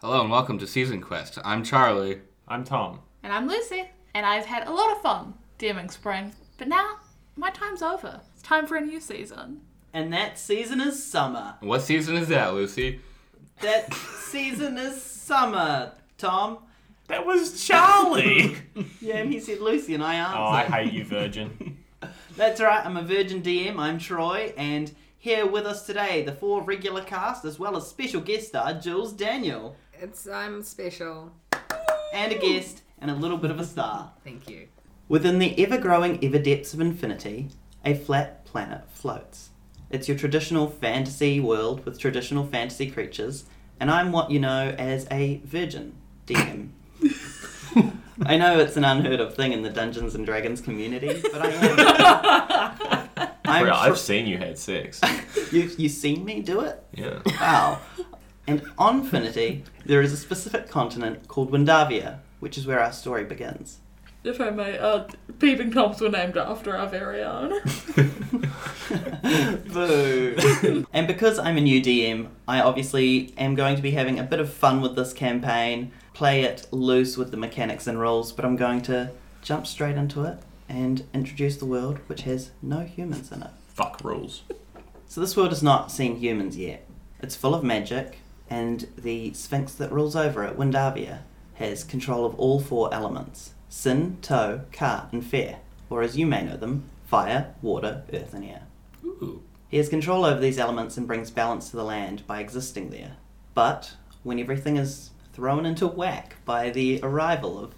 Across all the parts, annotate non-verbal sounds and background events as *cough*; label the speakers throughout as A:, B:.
A: Hello and welcome to Season Quest. I'm Charlie.
B: I'm Tom.
C: And I'm Lucy, and I've had a lot of fun DMing spring. But now, my time's over. It's time for a new season.
D: And that season is summer.
A: What season is that, Lucy?
D: That season is summer, Tom.
B: That was Charlie.
D: Yeah, and he said Lucy, and I
B: oh, *laughs* I
D: answered.
B: hate you, Virgin.
D: That's right, I'm a Virgin DM, I'm Troy, and here with us today, the four regular cast, as well as special guest star Jules Daniel.
E: It's I'm special.
D: And a guest, and a little bit of a star.
E: Thank you.
D: Within the ever growing ever depths of infinity, a flat planet floats. It's your traditional fantasy world with traditional fantasy creatures, and I'm what you know as a virgin DM. I know it's an unheard of thing in the Dungeons and Dragons community, but I am.
C: *laughs*
D: I'm
B: Bro,
D: tr-
B: I've seen you had sex.
D: you, you seen me do it?
B: Yeah.
D: Wow. And on Finity, there is a specific continent called Windavia, which is where our story begins.
C: If I may, uh, peeping toms were named after our very own.
D: Boo. Um, and because I'm a new DM, I obviously am going to be having a bit of fun with this campaign, play it loose with the mechanics and rules, but I'm going to jump straight into it and introduce the world which has no humans in it.
B: *laughs* Fuck rules.
D: So this world has not seen humans yet. It's full of magic, and the Sphinx that rules over it, Windavia, has control of all four elements sin, tow, ka, and fair, or as you may know them, fire, water, earth, and air.
A: Ooh.
D: He has control over these elements and brings balance to the land by existing there. But when everything is thrown into whack by the arrival of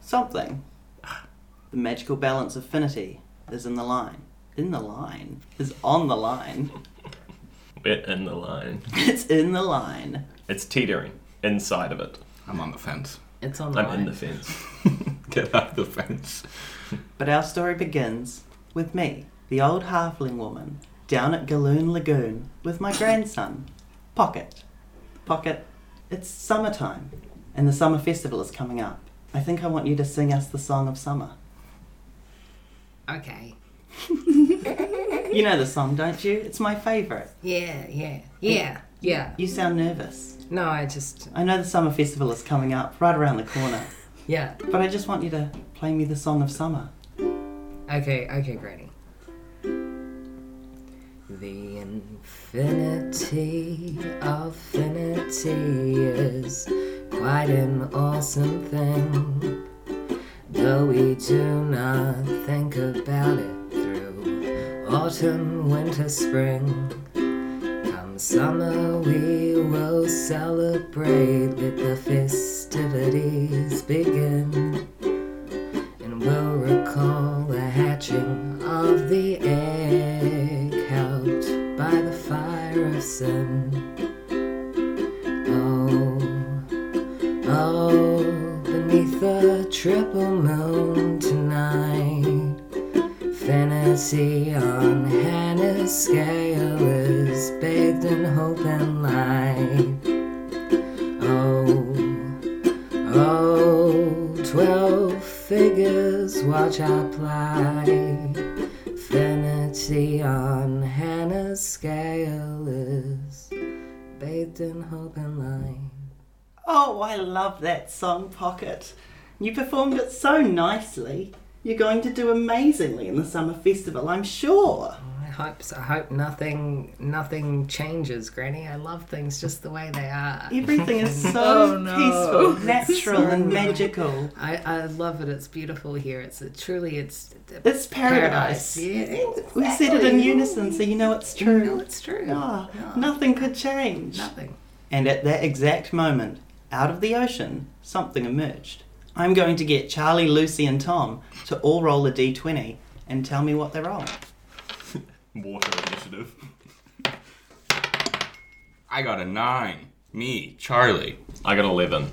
D: something, the magical balance of finity is in the line. In the line? Is on the line.
B: We're in the line.
D: It's in the line.
B: It's teetering inside of it.
A: I'm on the fence.
E: It's on
B: I'm in the fence.
A: *laughs* Get off the fence.
D: But our story begins with me, the old halfling woman, down at Galoon Lagoon with my grandson, Pocket. Pocket, it's summertime, and the summer festival is coming up. I think I want you to sing us the song of summer.
E: Okay.
D: You know the song, don't you? It's my favourite.
E: Yeah, yeah, yeah, yeah.
D: You sound nervous.
E: No, I just
D: I know the summer festival is coming up right around the corner,
E: yeah.
D: but I just want you to play me the song of summer.
E: Okay, okay, Granny. The infinity of finity is quite an awesome thing. Though we do not think about it through autumn, winter, spring. Come summer, we will celebrate, let the festivities begin and will recall the hatching of the egg helped by the fire of sin. Oh, oh, beneath the triple moon tonight, fantasy on Hannah's scale is bathed in hope and light. Oh, Oh, twelve figures watch our plight. Finity on Hannah's scale is bathed in hope and light.
D: Oh, I love that song, Pocket. You performed it so nicely. You're going to do amazingly in the summer festival, I'm sure.
E: I hope so. I hope nothing nothing changes, Granny. I love things just the way they are.
D: Everything
E: *laughs*
D: is so
E: Oh, no. *laughs*
D: peaceful, natural, and magical.
E: I, I love it. It's beautiful here. It's a, truly it's
D: It's paradise.
E: Yeah,
D: We said it in unison, so you know it's true.
E: No, it's true.
D: Ah,
E: Yeah.
D: Nothing could change.
E: Nothing.
D: And at that exact moment, out of the ocean, something emerged. I'm going to get Charlie, Lucy, and Tom to all roll a d20 and tell me what they roll.
B: Water initiative.
A: I got a nine. Me, Charlie.
B: I got eleven.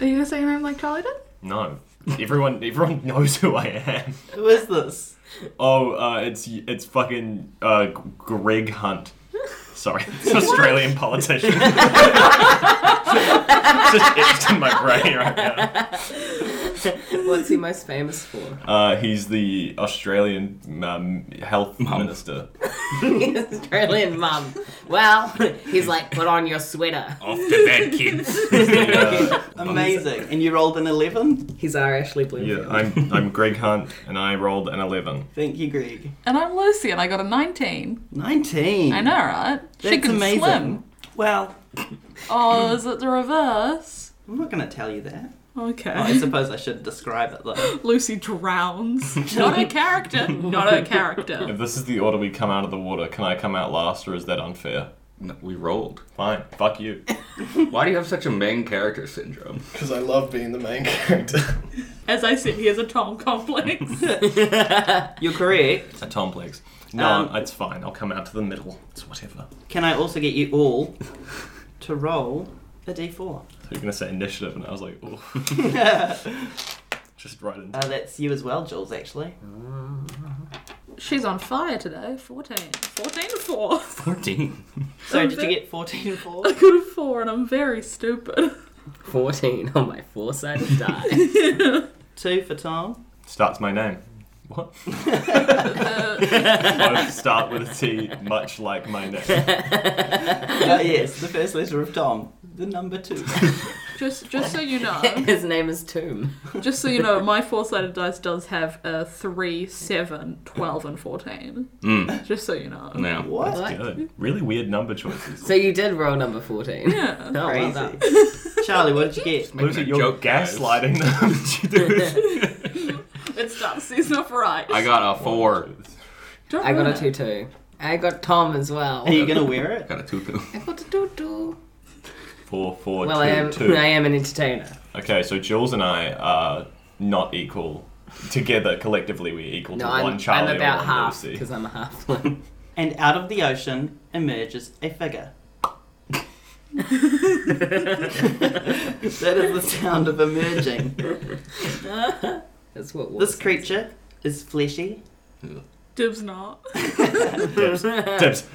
C: Are you gonna say your name like Charlie did?
B: No. Everyone, everyone *laughs* knows who I am.
D: Who is this?
B: Oh, uh, it's it's fucking uh, *laughs* Greg Hunt. Sorry, it's an Australian politician. It's just etched in my brain right now.
E: What's he most famous for?
B: Uh, he's the Australian um, health
A: Mum.
B: minister.
E: *laughs* Australian mum. Well, he's like, put on your sweater.
B: Oh.
A: Off the bed, kids.
B: Yeah,
D: Amazing. And you rolled an 11?
E: He's our Ashley Bloomfield.
B: yeah, I'm I'm Greg Hunt, and I rolled an eleven.
D: Thank you, Greg.
C: And I'm Lucy, and I got a 19.
D: 19.
C: I know, right? she
D: That's
C: can
D: amazing.
C: swim.
D: Well,
C: Oh, is it the reverse?
D: I'm not going to tell you that.
C: Okay.
D: I suppose I should describe it though.
C: Lucy
D: *laughs*
C: drowns. not her character. Not her character.
B: If this is the order we come out of the water, can I come out last, or is that unfair?
A: *laughs* No, we rolled.
B: Fine, fuck *laughs* you.
A: Why do you have such a main character syndrome? *laughs*
F: Because I love being the main character.
C: As I said, he has a Tom complex.
D: You're correct.
B: A complex. No,
D: Um,
B: it's fine. I'll come out to the middle. It's whatever.
D: Can I also get you all to roll a d4?
B: So you're gonna say initiative, and I was like, oh, *laughs* just right into.
D: Uh, that's you as well, Jules, actually.
C: She's on fire today. 14. 14 to *laughs* 4.
A: 14.
D: So did you get 14 and 4?
C: I got a 4 and I'm very stupid.
E: 14 on my four-sided die. *laughs*
D: 2 for Tom.
B: Starts my name. What? *laughs* Both start with a T, much like my name.
D: Uh, yes, the first letter of Tom. The number 2.
C: Just just so you know, *laughs*
E: His name is Tomb.
C: just so you know, my four-sided dice does have a 3, 7, 12 and 14.
A: Mm.
C: Just so you know.
A: Now,
D: What?
E: What?
B: Good. Really weird number choices.
E: So you did roll number 14.
C: Yeah.
E: Oh, well done.
D: Crazy. Charlie, what did you get?
A: making
B: Lucy,
A: a
B: you're
A: joke, guys.
B: gaslighting them. *laughs* Did you
C: It starts he's not right.
A: I got a *laughs* four.
B: do this?
C: Don't
E: I got
C: ruin
E: a
C: it.
E: 2 2. I got Tom as well.
D: Are you going to wear it?
A: I got a *laughs* tutu.
E: I got a 2 2.
B: Four, four,
E: Well,
B: two,
E: I am,
B: two.
E: *laughs* I am an entertainer.
B: Okay, so Jules and I are not equal. Together, collectively, we're equal to
E: No,
B: one
E: I'm,
B: Charlie
E: I'm about
B: or one
E: half
B: Lucy.
E: because I'm a halfling.
D: And out of the ocean emerges a figure. *laughs*
A: *laughs*
D: that is the sound of
B: *laughs*
D: emerging.
E: *laughs* That's what
D: This
E: was.
D: creature is fleshy.
C: *laughs*
A: *laughs*
C: Dib's not.
B: Dibs. Dibs.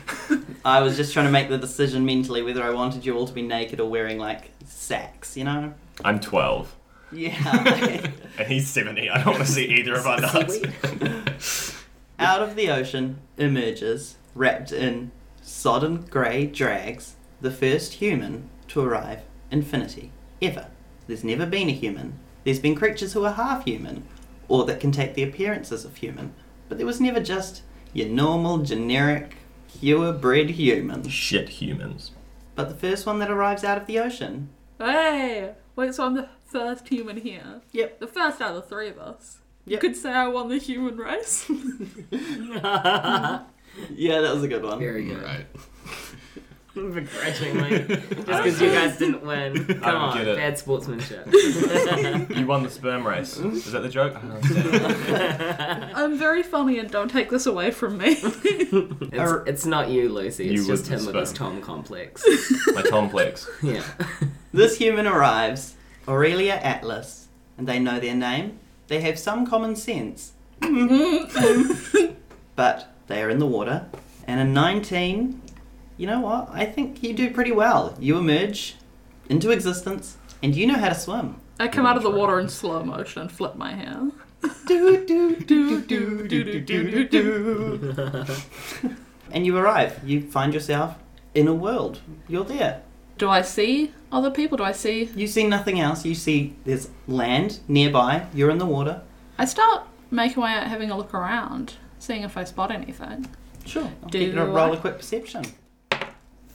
D: I was just trying to make the decision mentally whether I wanted you all to be naked or wearing like sacks, you know?
B: I'm 12.
E: Oh,
D: *laughs* Yeah.
B: And he's 70. I don't want to see either of our nuts.
D: out of the ocean emerges, wrapped in sodden grey drags, the first human to arrive infinity ever. There's never been a human. There's been creatures who are half human, or that can take the appearances of human, but there was never just your normal, generic, pure-bred human.
B: *laughs* Shit humans.
D: But the first one that arrives out of the ocean.
C: Hey! Wait, so I'm the first human here.
D: Yep.
C: The first out of the three of us.
D: Yep.
C: You could say I won the
A: *laughs*
C: human race.
D: *laughs* Yeah, that was a good *laughs* one.
E: *laughs* Very good.
A: Right.
E: *laughs* Begrudgingly. Just because you guys
B: *laughs*
E: didn't win. Come
B: don't
E: on.
B: get it. *laughs*
E: Bad sportsmanship. *laughs*
B: You won the sperm race. Is that the joke?
C: I'm very funny and don't take this away from me.
A: *laughs*
E: It's,
D: Or-
E: it's not you, Lucy. It's
B: You with
E: just
B: the
E: him with his
B: sperm.
E: Tom *laughs* complex.
B: My complex.
E: yeah.
D: This human arrives, Aurelia Atlas, and they know their name. They have some common sense. but they are in the water, and a 19, you know what? I think you do pretty well. You emerge into existence, and you know how to swim.
C: I come out of the water in slow motion and flip my hair.
D: Do, do,
C: Do, do, do, do, do, do, do.
D: *laughs* and you arrive. You find yourself in a world. You're there.
C: Do I see other people? Do I see?
D: You see nothing else. You see there's land nearby. You're in the water.
C: I start making my way out, having a look around, seeing if I spot anything.
D: Sure. I'll
C: Do
D: get you to roll
C: I-
D: a quick perception.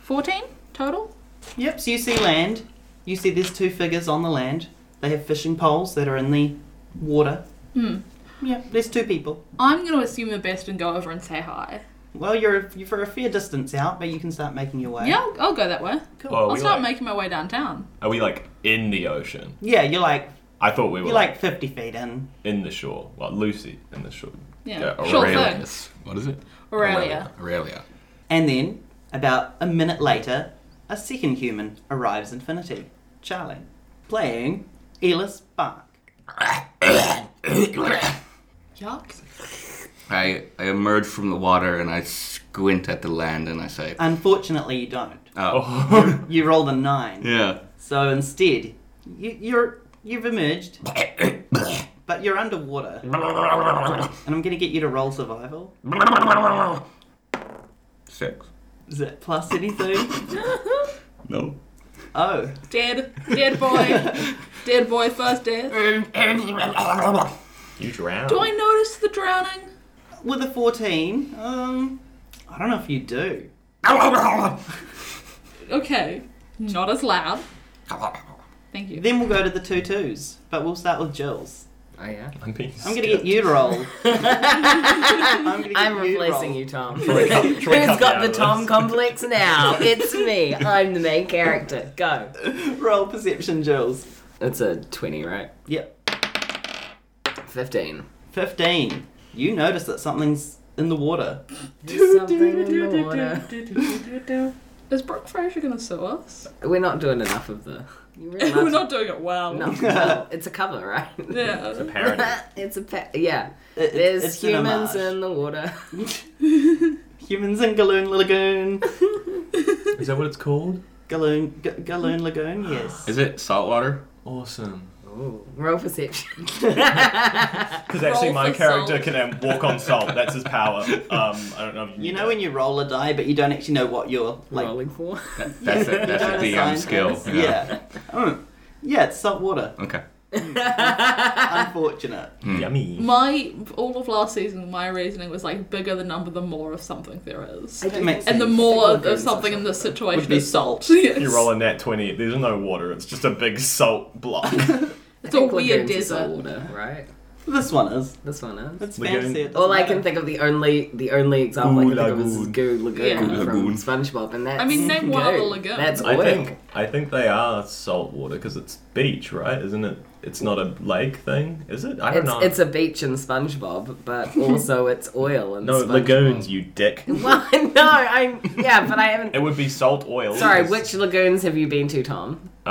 C: 14 total?
D: Yep, so you see land. You see there's two figures on the land. They have fishing poles that are in the water.
C: Hmm.
D: Yep, there's two people.
C: I'm going to assume the best and go over and say hi.
D: Well, you're, you're for a fair distance out, but you can start making your way.
C: Yeah, I'll, I'll go that way.
D: Cool.
B: Oh, are,
C: I'll
B: we
C: start
B: like,
C: making my way downtown.
B: are we like in the ocean?
D: Yeah, you're like
B: I thought we were
D: you're like 50 feet in.
B: in the shore. Well, Lucy in the shore.
C: Yeah,
B: Yeah,
C: sure
B: Aurelia.
C: thing.
A: Yes. What is it?
C: Aurelia.
A: Aurelia.
D: And then, about a minute later, a second human arrives infinity. Charlie. Playing Elis Bark.
C: Yuck.
A: *coughs*
C: *laughs*
A: I, I emerge from the water and I squint at the land and I say,
D: Unfortunately, you don't.
A: oh.
B: Oh.
D: You roll the nine.
A: Yeah.
D: So instead, you, you're you've emerged, but you're underwater. And I'm gonna get you to roll survival.
A: Six.
D: Is it plus anything?
A: No.
D: Oh,
G: Dead. Dead boy. dead boy first death.
B: You drown.
G: Do I notice the drowning?
D: with a 14, um, I don't know if you do.
G: Okay. Not as loud. Thank
D: *laughs*
G: you.
D: Then we'll go to the two twos, but we'll start with Jill's.
E: Oh yeah.
B: I'm being
D: I'm gonna get you to roll. I'm, gonna get
E: I'm
D: you to
E: replacing
D: roll.
E: you, Tom.
B: Troy cut-
E: *laughs*
B: Troy cut
E: Who's
B: me
E: got
B: out
E: the
B: of
E: Tom
B: this.
E: complex now?
B: *laughs*
E: It's me. I'm the main character. Go.
D: *laughs* Roll perception, Jill's.
E: It's a 20, right?
D: Yep.
E: 15.
D: 15. You notice that something's in the water.
E: There's something in the water.
G: *laughs* Is Brooke Fraser gonna sue
E: *laughs*
G: us?
E: We're not doing enough of the. *laughs* You really
G: We're
E: love-
G: not doing it well.
E: No, *laughs* no, it's a cover, right?
G: Yeah.
B: Parody.
E: *laughs* it's a pa- yeah.
D: It-
E: There's
D: it's an
E: humans
D: homage.
E: in the water.
D: Humans in Galoon
E: *laughs*
D: Lagoon.
B: Is that what it's called?
D: Galoon, G- Galoon Lagoon, yes.
A: Is it saltwater?
B: Awesome.
E: Ooh, roll perception.
B: Because actually,
G: Roll
B: my
G: for
B: character
G: salt.
B: can um, walk on salt. That's his power. Um, I don't know. If
D: You know when you roll a die, but you don't actually know what you're like.
E: *laughs* *laughs* Rolling for.
A: That's a, that's
D: *laughs* don't
A: a DM
D: assign
A: skill.
D: things. Yeah. Mm. Yeah, it's salt
E: *laughs*
D: water.
A: Okay.
D: Unfortunate. *laughs*
B: Mm. Yummy.
G: My all of last season, my reasoning was like bigger the number, the more of something there is,
E: I don't
D: makes
E: think
G: and the
E: so.
G: more
E: Single
G: of, of
E: grams
G: something in this situation
D: Would be
G: is
D: salt.
G: Yes.
B: You roll a nat twenty. There's no water. It's just a big salt block.
G: It's a
E: Lagoons
G: weird
E: is all
G: desert.
E: water, right?
D: This one is.
E: This one is.
D: It's
B: Lagoon.
D: fancy. It doesn't
E: All I
D: matter.
E: can think of the only the only example I can
B: Goo
E: think of is
B: Lagoon.
E: Goo Lagoon
G: Yeah.
E: from
A: Goo Lagoon.
E: SpongeBob, and that's
G: I mean, name one other
E: goo.
G: lagoon.
E: That's
B: I
E: oink.
B: think I think they are salt water because it's beach, right? Isn't it? It's not a lake thing, is it? I don't
E: It's,
B: know.
E: it's a beach in SpongeBob,
G: *laughs*
E: but also it's oil and
B: no
E: SpongeBob.
B: lagoons, you dick.
E: *laughs* Well, no, I'm yeah, but I haven't.
B: It would be salt oil.
E: Sorry,
B: Yes.
E: which lagoons have you been to, Tom?
B: Uh,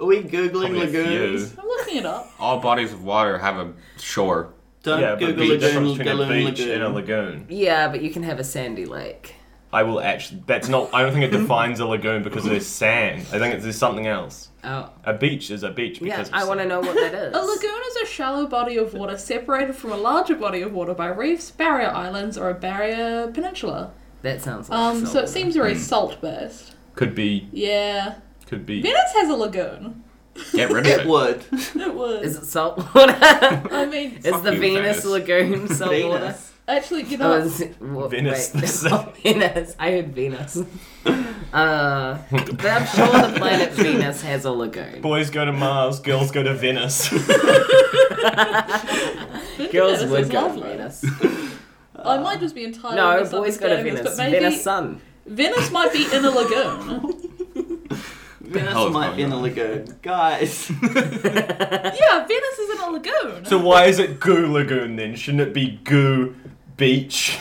D: Are we googling
B: probably a
D: lagoons?
B: few.
G: I'm looking it up.
A: All bodies of water have a shore.
D: Don't
B: Yeah, but
D: Google
B: the difference
D: lagoon,
B: between a
D: Galoon
B: beach and a
D: Lagoon.
B: lagoon.
E: Yeah, but you can have a sandy lake.
B: I will actually. That's not. I don't think it defines a lagoon because there's sand. I think it's, there's something else.
E: Oh,
B: A beach is a beach because.
E: yeah, I want to know what
G: *laughs*
E: that is.
G: A lagoon is a shallow body of water separated from a larger body of water by reefs, barrier islands, or a barrier peninsula.
E: That sounds like
G: Um, so
E: salt
G: it seems very
D: Hmm.
G: salt based.
B: Could be.
G: Yeah.
B: Could be.
G: Venice has a lagoon.
A: Get rid
D: It
A: of it.
D: would.
G: It
E: water.
G: was.
E: Is it salt water?
G: *laughs* I mean,
E: is the
A: you,
E: Venus,
A: Venus.
E: lagoon salt water?
D: Venus.
G: actually, you know,
E: Oh,
G: what?
E: is it- wha-
B: Venice,
E: wait. Oh,
B: the
E: *laughs*
B: sun.
E: Venus. I heard Venus. Uh, but I'm sure the planet Venus has a *laughs* lagoon.
B: Boys go to Mars. Girls go to Venice.
E: *laughs* Girls
G: Venus
E: would
G: is
E: go to
G: lovely.
E: Venus.
G: I might just be entirely
E: uh, No, boys go
G: misunderstanding
E: to
G: this,
E: Venus.
G: but maybe
E: Venus sun.
G: Venice might be in a
E: *laughs*
G: lagoon.
A: hell
D: Venice
A: is
D: might
A: going
D: be in a
A: on?
D: lagoon.
A: *laughs*
D: Guys.
G: yeah, Venice is in a lagoon.
B: So why is it Goo Lagoon then? Shouldn't it be Goo Beach?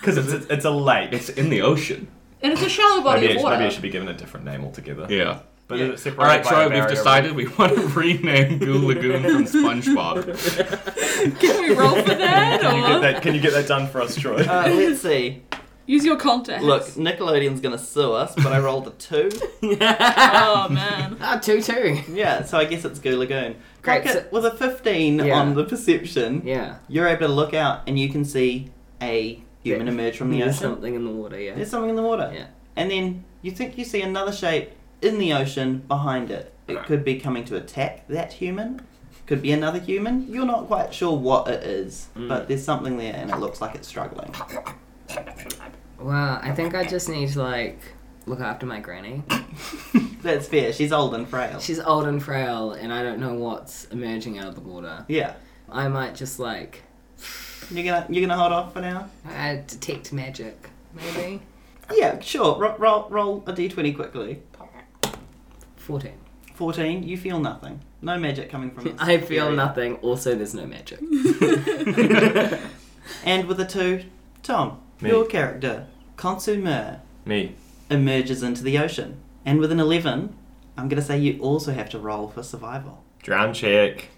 B: Because it's, it's a lake.
A: It's in the ocean.
G: and it's a shallow body
B: Maybe
G: of
B: it,
G: water.
B: maybe it should be given a different name altogether.
A: Yeah.
B: But is it separated
A: All right,
B: by
A: so
B: a
A: we've
B: barrier?
A: decided we want to *laughs* rename Goo Lagoon from SpongeBob.
G: Can we roll
B: *laughs*
G: for that?
B: Can you, get
G: Or
B: that, can you get that done for us, Troy?
D: Uh, let's see.
G: use your contacts.
D: Look, Nickelodeon's gonna sue us, but I rolled a two.
G: Oh man.
E: Ah, two two.
D: Yeah, so I guess it's Goo Lagoon.
E: Great,
D: Crockett,
E: so-
D: with a 15
E: Yeah.
D: on the perception,
E: Yeah.
D: you're able to look out and you can see a human emerge from the
E: There's
D: ocean.
E: something in the water, yeah.
D: There's something in the water.
E: Yeah.
D: And then you think you see another shape in the ocean behind it. It could be coming to attack that human. Could be another human. You're not quite sure what it is,
E: Mm.
D: but there's something there and it looks like it's struggling.
E: Well, I think I just need to like look after my granny.
D: That's fair. She's old and frail.
E: She's old and frail, and I don't know what's emerging out of the water.
D: Yeah.
E: I might just like
D: You're gonna you're gonna hold off for now.
E: uh, detect magic, maybe.
D: Yeah, sure. Ro- roll roll a d20 quickly.
E: Fourteen.
D: 14, you feel nothing. No magic coming *laughs* from this.
E: *laughs* I feel
D: area.
E: nothing. Also, there's no magic.
D: And with a 2, Tom,
B: Me.
D: your character, Consumer,
B: *laughs* Me.
D: emerges into the ocean. And with an 11, I'm going to say you also have to roll for survival.
B: Drown check.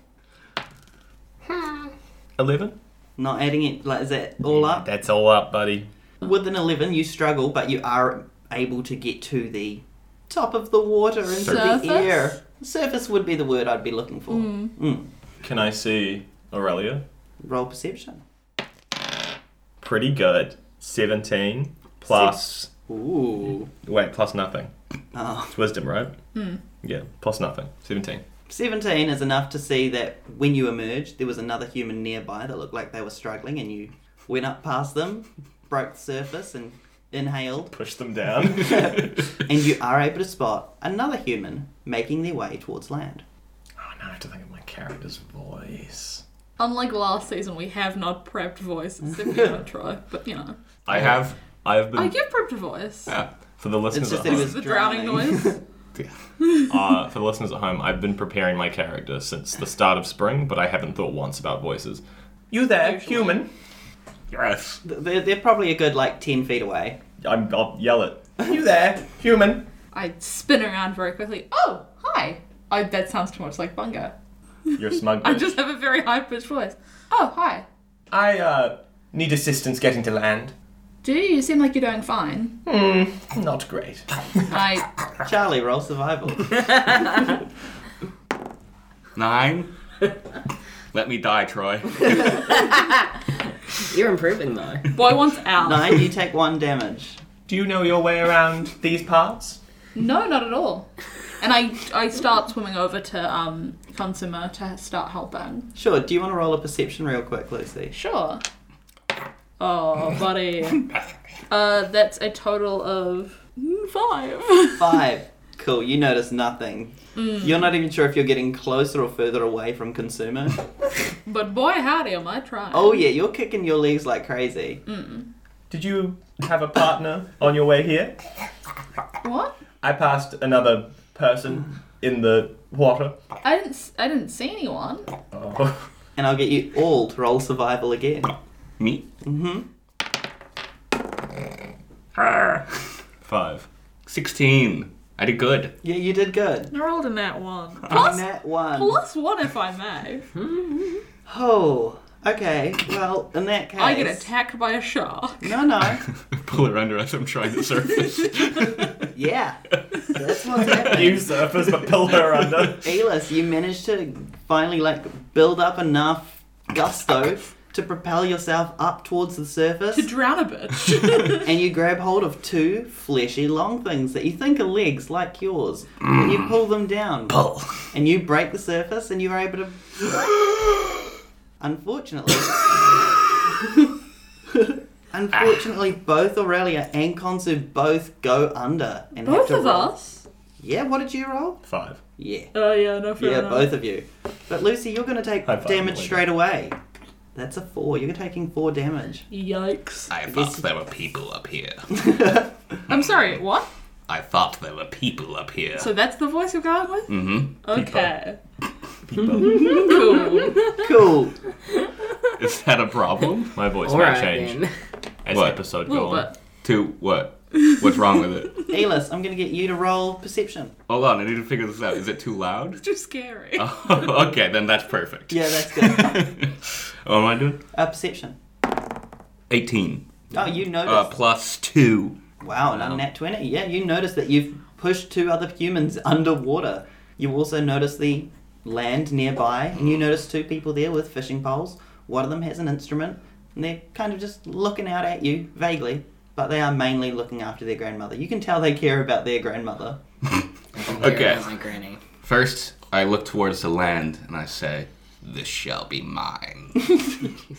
B: Eleven.
D: Not adding it, like, is that all up?
B: That's all up, buddy.
D: With an 11, you struggle, but you are able to get to the top of the water into
C: Surface?
D: the air. Surface would be the word I'd be looking for. Mm.
B: Can I see Aurelia?
D: Roll perception.
B: Pretty good. 17 plus.
D: Ooh.
B: Wait, plus nothing.
D: Oh.
B: It's wisdom, right? Yeah, plus nothing. 17.
D: 17 is enough to see that when you emerged, there was another human nearby that looked like they were struggling, and you went up past them, broke the surface, and inhaled.
B: Push them
D: *laughs*
B: down. Oh,
D: And you are able to spot another human making their way towards land.
B: Oh, now I have to think of my character's voice.
C: Unlike last season, we have not prepped voices if we don't try. But you know,
B: I have. I have been.
C: I give prepped a voice.
B: Yeah, *laughs* for the
D: It's
B: listeners
D: just
B: at
D: that he
B: home,
D: was
C: The drowning noise.
B: uh, for the listeners at home, I've been preparing my character since the start of spring, but I haven't thought once about voices. You there, human?
A: Yes.
D: They're, they're probably a good like 10 feet away.
B: I'm, I'll yell it. You there, human?
C: I spin around very quickly. Oh, hi. I, that sounds too much like Bunga.
B: You're smug.
C: I just have a very high pitched voice. Oh, hi.
B: I uh, need assistance getting to land.
C: Do you? You seem like you're doing fine.
B: Not great.
C: I
D: Charlie, roll survival.
A: Nine. Let me die, Troy.
E: You're improving *laughs* though.
C: boy wants out.
D: Nine, you take one damage.
B: Do you know your way around these parts?
C: No, not at all. And I I start swimming over to um Consumer to start helping.
D: Sure, do you want to roll a perception real quick, Lucy?
C: Sure. Oh, buddy.
D: *laughs*
C: Uh, that's a total of five.
D: Five. Cool, you notice nothing. You're not even sure if you're getting closer or further away from consumer.
C: But boy, howdy, am I trying?
D: Oh yeah, you're kicking your legs like crazy.
C: Mm.
B: Did you have a partner on your way here?
C: What?
B: I passed another person in the water.
C: I didn't s- I didn't see anyone.
B: Oh.
D: And I'll get you all to roll survival again.
A: Me?
D: Mm-hmm.
B: Five.
A: 16. I did good.
D: Yeah, you did good.
C: I rolled in that one.
D: And
C: Plus,
D: that one.
C: plus one if I may.
D: Oh, okay. Well, in that case,
C: I get attacked by a shark.
D: No, no.
A: *laughs* Pull her under as I'm trying to surface.
C: *laughs*
D: Yeah, that's what's happening.
B: You surface, but pull her under.
D: Elis, you managed to finally like build up enough
C: *laughs*
D: gusto to propel yourself up towards the surface,
C: To drown a
D: *laughs*
C: bitch.
D: and you grab hold of two fleshy long things that you think are legs like yours, and
B: Mm.
D: you pull them down. Pull. And you break the surface, and you are able to.
B: *laughs*
D: Unfortunately. Unfortunately, both Aurelia and Konsu both go under and have
C: Both
D: to
C: of
D: roll.
C: us.
D: Yeah, what did you roll?
B: Five.
D: Yeah.
C: Oh yeah, no fair
D: Yeah,
C: enough.
D: both of you. But Lucy, you're going to take
B: High five,
D: damage
B: Melinda.
D: straight away. That's a four. You're taking four
C: *laughs*
D: damage.
C: Yikes.
A: I thought there were people up here.
C: I'm sorry, what?
A: I thought there were people up here.
C: So that's the voice you're going with?
A: mm-hmm.
C: Okay.
B: Mm, People.
C: *laughs* Cool.
D: Cool.
A: Is that a problem?
B: My voice
E: *laughs* All
B: might
E: right
B: change
E: then. *laughs*
B: as
A: What?
B: episode
C: Little
B: goes on. *laughs*
C: bit.
A: to what? What's wrong with it?
D: Elis, I'm going to get you to roll perception.
A: Hold on, I need to figure this out. Is it too loud? *laughs*
C: Too scary.
B: Ah.
A: Oh, okay, then that's perfect.
D: *laughs* Yeah, that's good.
A: *laughs* what am I doing?
D: uh, perception.
A: 18.
D: Oh, you notice.
A: Uh, plus 2.
D: Wow, an unnat 20. Yeah, you notice that you've pushed two other humans underwater. You also notice the land nearby, and you notice two people there with fishing poles. One of them has an instrument, and they're kind of just looking out at you vaguely, but they are mainly looking after their grandmother. You can tell they care about their grandmother.
E: There
A: Okay.
E: goes my granny.
A: First, I look towards the land and I say, This shall be mine.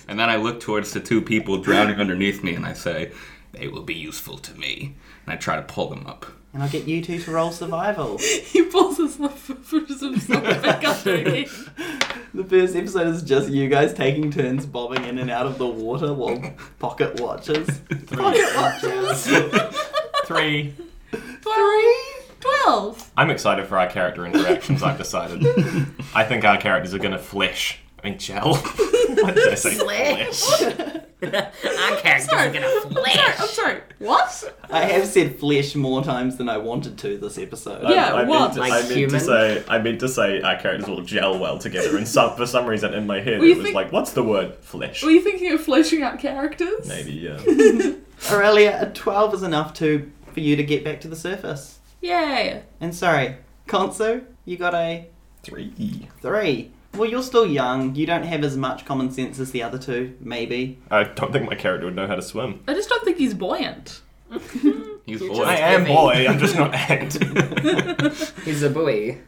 A: and then I look towards the two people drowning underneath me and I say, They will be useful to me. And I try to pull them up.
D: And I'll get you two to roll
C: *laughs*
D: survival.
C: he pulls himself, pushes himself back up again.
D: the first episode is just you guys taking turns bobbing in and out of the water while pocket watches. *laughs* pocket watches!
B: Three.
C: Three? Twelve.
B: I'm excited for our character interactions, I've *laughs* decided. I think our characters are going to flesh. I mean, *laughs* gel. Why did I say
E: Flesh.
B: flesh?
E: *laughs* Our characters are gonna
C: Sorry,
E: flesh.
C: I'm sorry. What?
D: I have said flesh more times than I wanted to this episode.
C: Yeah.
B: I, I
C: what?
B: meant, to,
E: Like
B: I meant to
E: human?
B: say I meant to say our characters will gel well together, and some, for some reason in my head
C: Well, you
B: it was
C: think-
B: like, what's the word? Flesh.
C: Were you thinking of fleshing out characters?
B: Maybe, uh, yeah.
D: Aurelia, a 12 is enough to for you to get back to the surface.
C: Yay.
D: And sorry, Consu, you got a
B: Three.
D: three. Well, you're still young. You don't have as much common sense as the other two, maybe.
B: *laughs* I don't think my character would know how to swim.
C: I just don't think he's buoyant.
A: He's
E: You're
A: boy.
E: just-
B: I am
E: heavy.
B: boy, I'm just not act.
E: He's a buoy.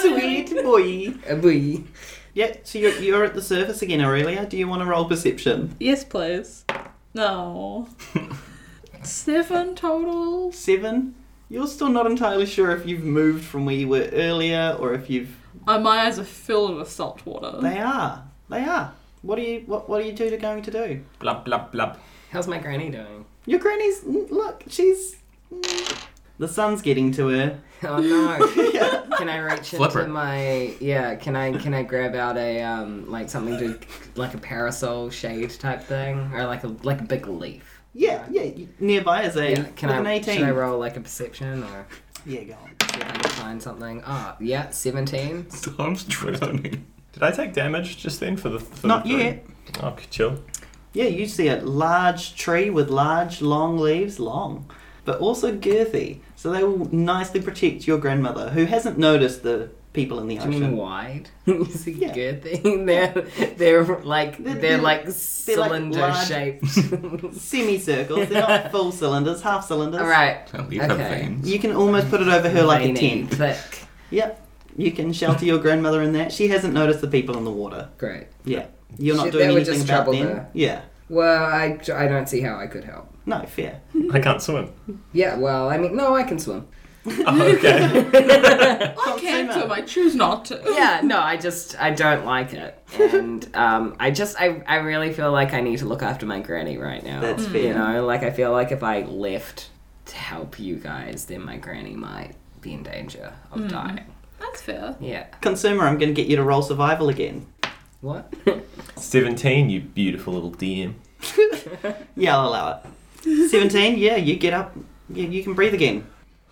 D: Sweet boy.
E: A buoy.
D: Yeah, so you're, you're at the surface again, Aurelia. Do you want to roll perception?
C: Yes, please.
B: *laughs*
C: No. Seven total.
D: Seven. You're still not entirely sure if you've moved from where you were earlier or if you've.
C: Oh, my eyes are filled with salt water.
D: They are. They are. What do you What What are you two going to do?
B: blub,
A: *laughs*
B: blub, blub.
E: How's my granny doing?
D: Your granny's. mm, Look, she's. mm. The sun's getting to her.
E: Oh *laughs* no.
D: Yeah.
E: Can I reach
A: Flipper.
E: into my yeah? Can I can I grab out a um like something to like a parasol shade type thing or like a like a big leaf?
D: Yeah, yeah. you- Nearby is a.
E: Yeah. Can
D: with
E: I
D: an 18.
E: should I roll like a perception or
D: Yeah, go on.
E: see if I can find something? Ah, yeah, seventeen.
A: Tom's drowning.
B: Did I take damage just then for the. For
D: Not
B: the three?
D: yet.
B: Okay, chill.
D: Yeah, you see a large tree with large, long leaves, long, but also girthy. So they will nicely protect your grandmother, who hasn't noticed the people in the
E: Do you mean
D: ocean. *laughs*
E: wide? *laughs* you see,
D: Yeah.
E: good thing they're they're like
D: They're-
E: they're,
D: they're-
E: like
D: they're like
E: cylinder
D: large- *laughs*
E: shaped.
D: Semicircles, they're
E: *laughs*
D: not full cylinders, half cylinders.
E: All right,
A: *laughs* I leave her
E: Okay.
A: veins.
D: You can almost put it over her like a
E: Veiny,
D: tent.
E: thick.
D: Yep. You can shelter your grandmother in that. She hasn't noticed the people in the water.
E: Great.
D: Yeah. You're not
E: Shit,
D: doing
E: they were
D: anything
E: just
D: about
E: trouble
D: them.
E: there.
D: Yeah.
E: Well, I, I don't see how I could help.
D: No, fair.
B: I can't swim. *laughs*
E: Yeah, well, I mean, no, I can swim.
B: Oh, okay.
C: I can
D: Consumer.
C: swim. I choose not to.
E: Yeah, no, I just I don't like it, and um, I just I, I really feel like I need to look after my granny right now.
D: That's
E: You
D: fair.
E: know, like I feel like if I left to help you guys, then my granny might be in danger of dying.
C: That's fair.
E: Yeah.
D: Consumer, I'm going to get you to roll survival again.
E: What? *laughs*
B: 17, you beautiful little DM.
D: Yeah, I'll allow it. 17, yeah, you get up. Yeah, you can breathe again.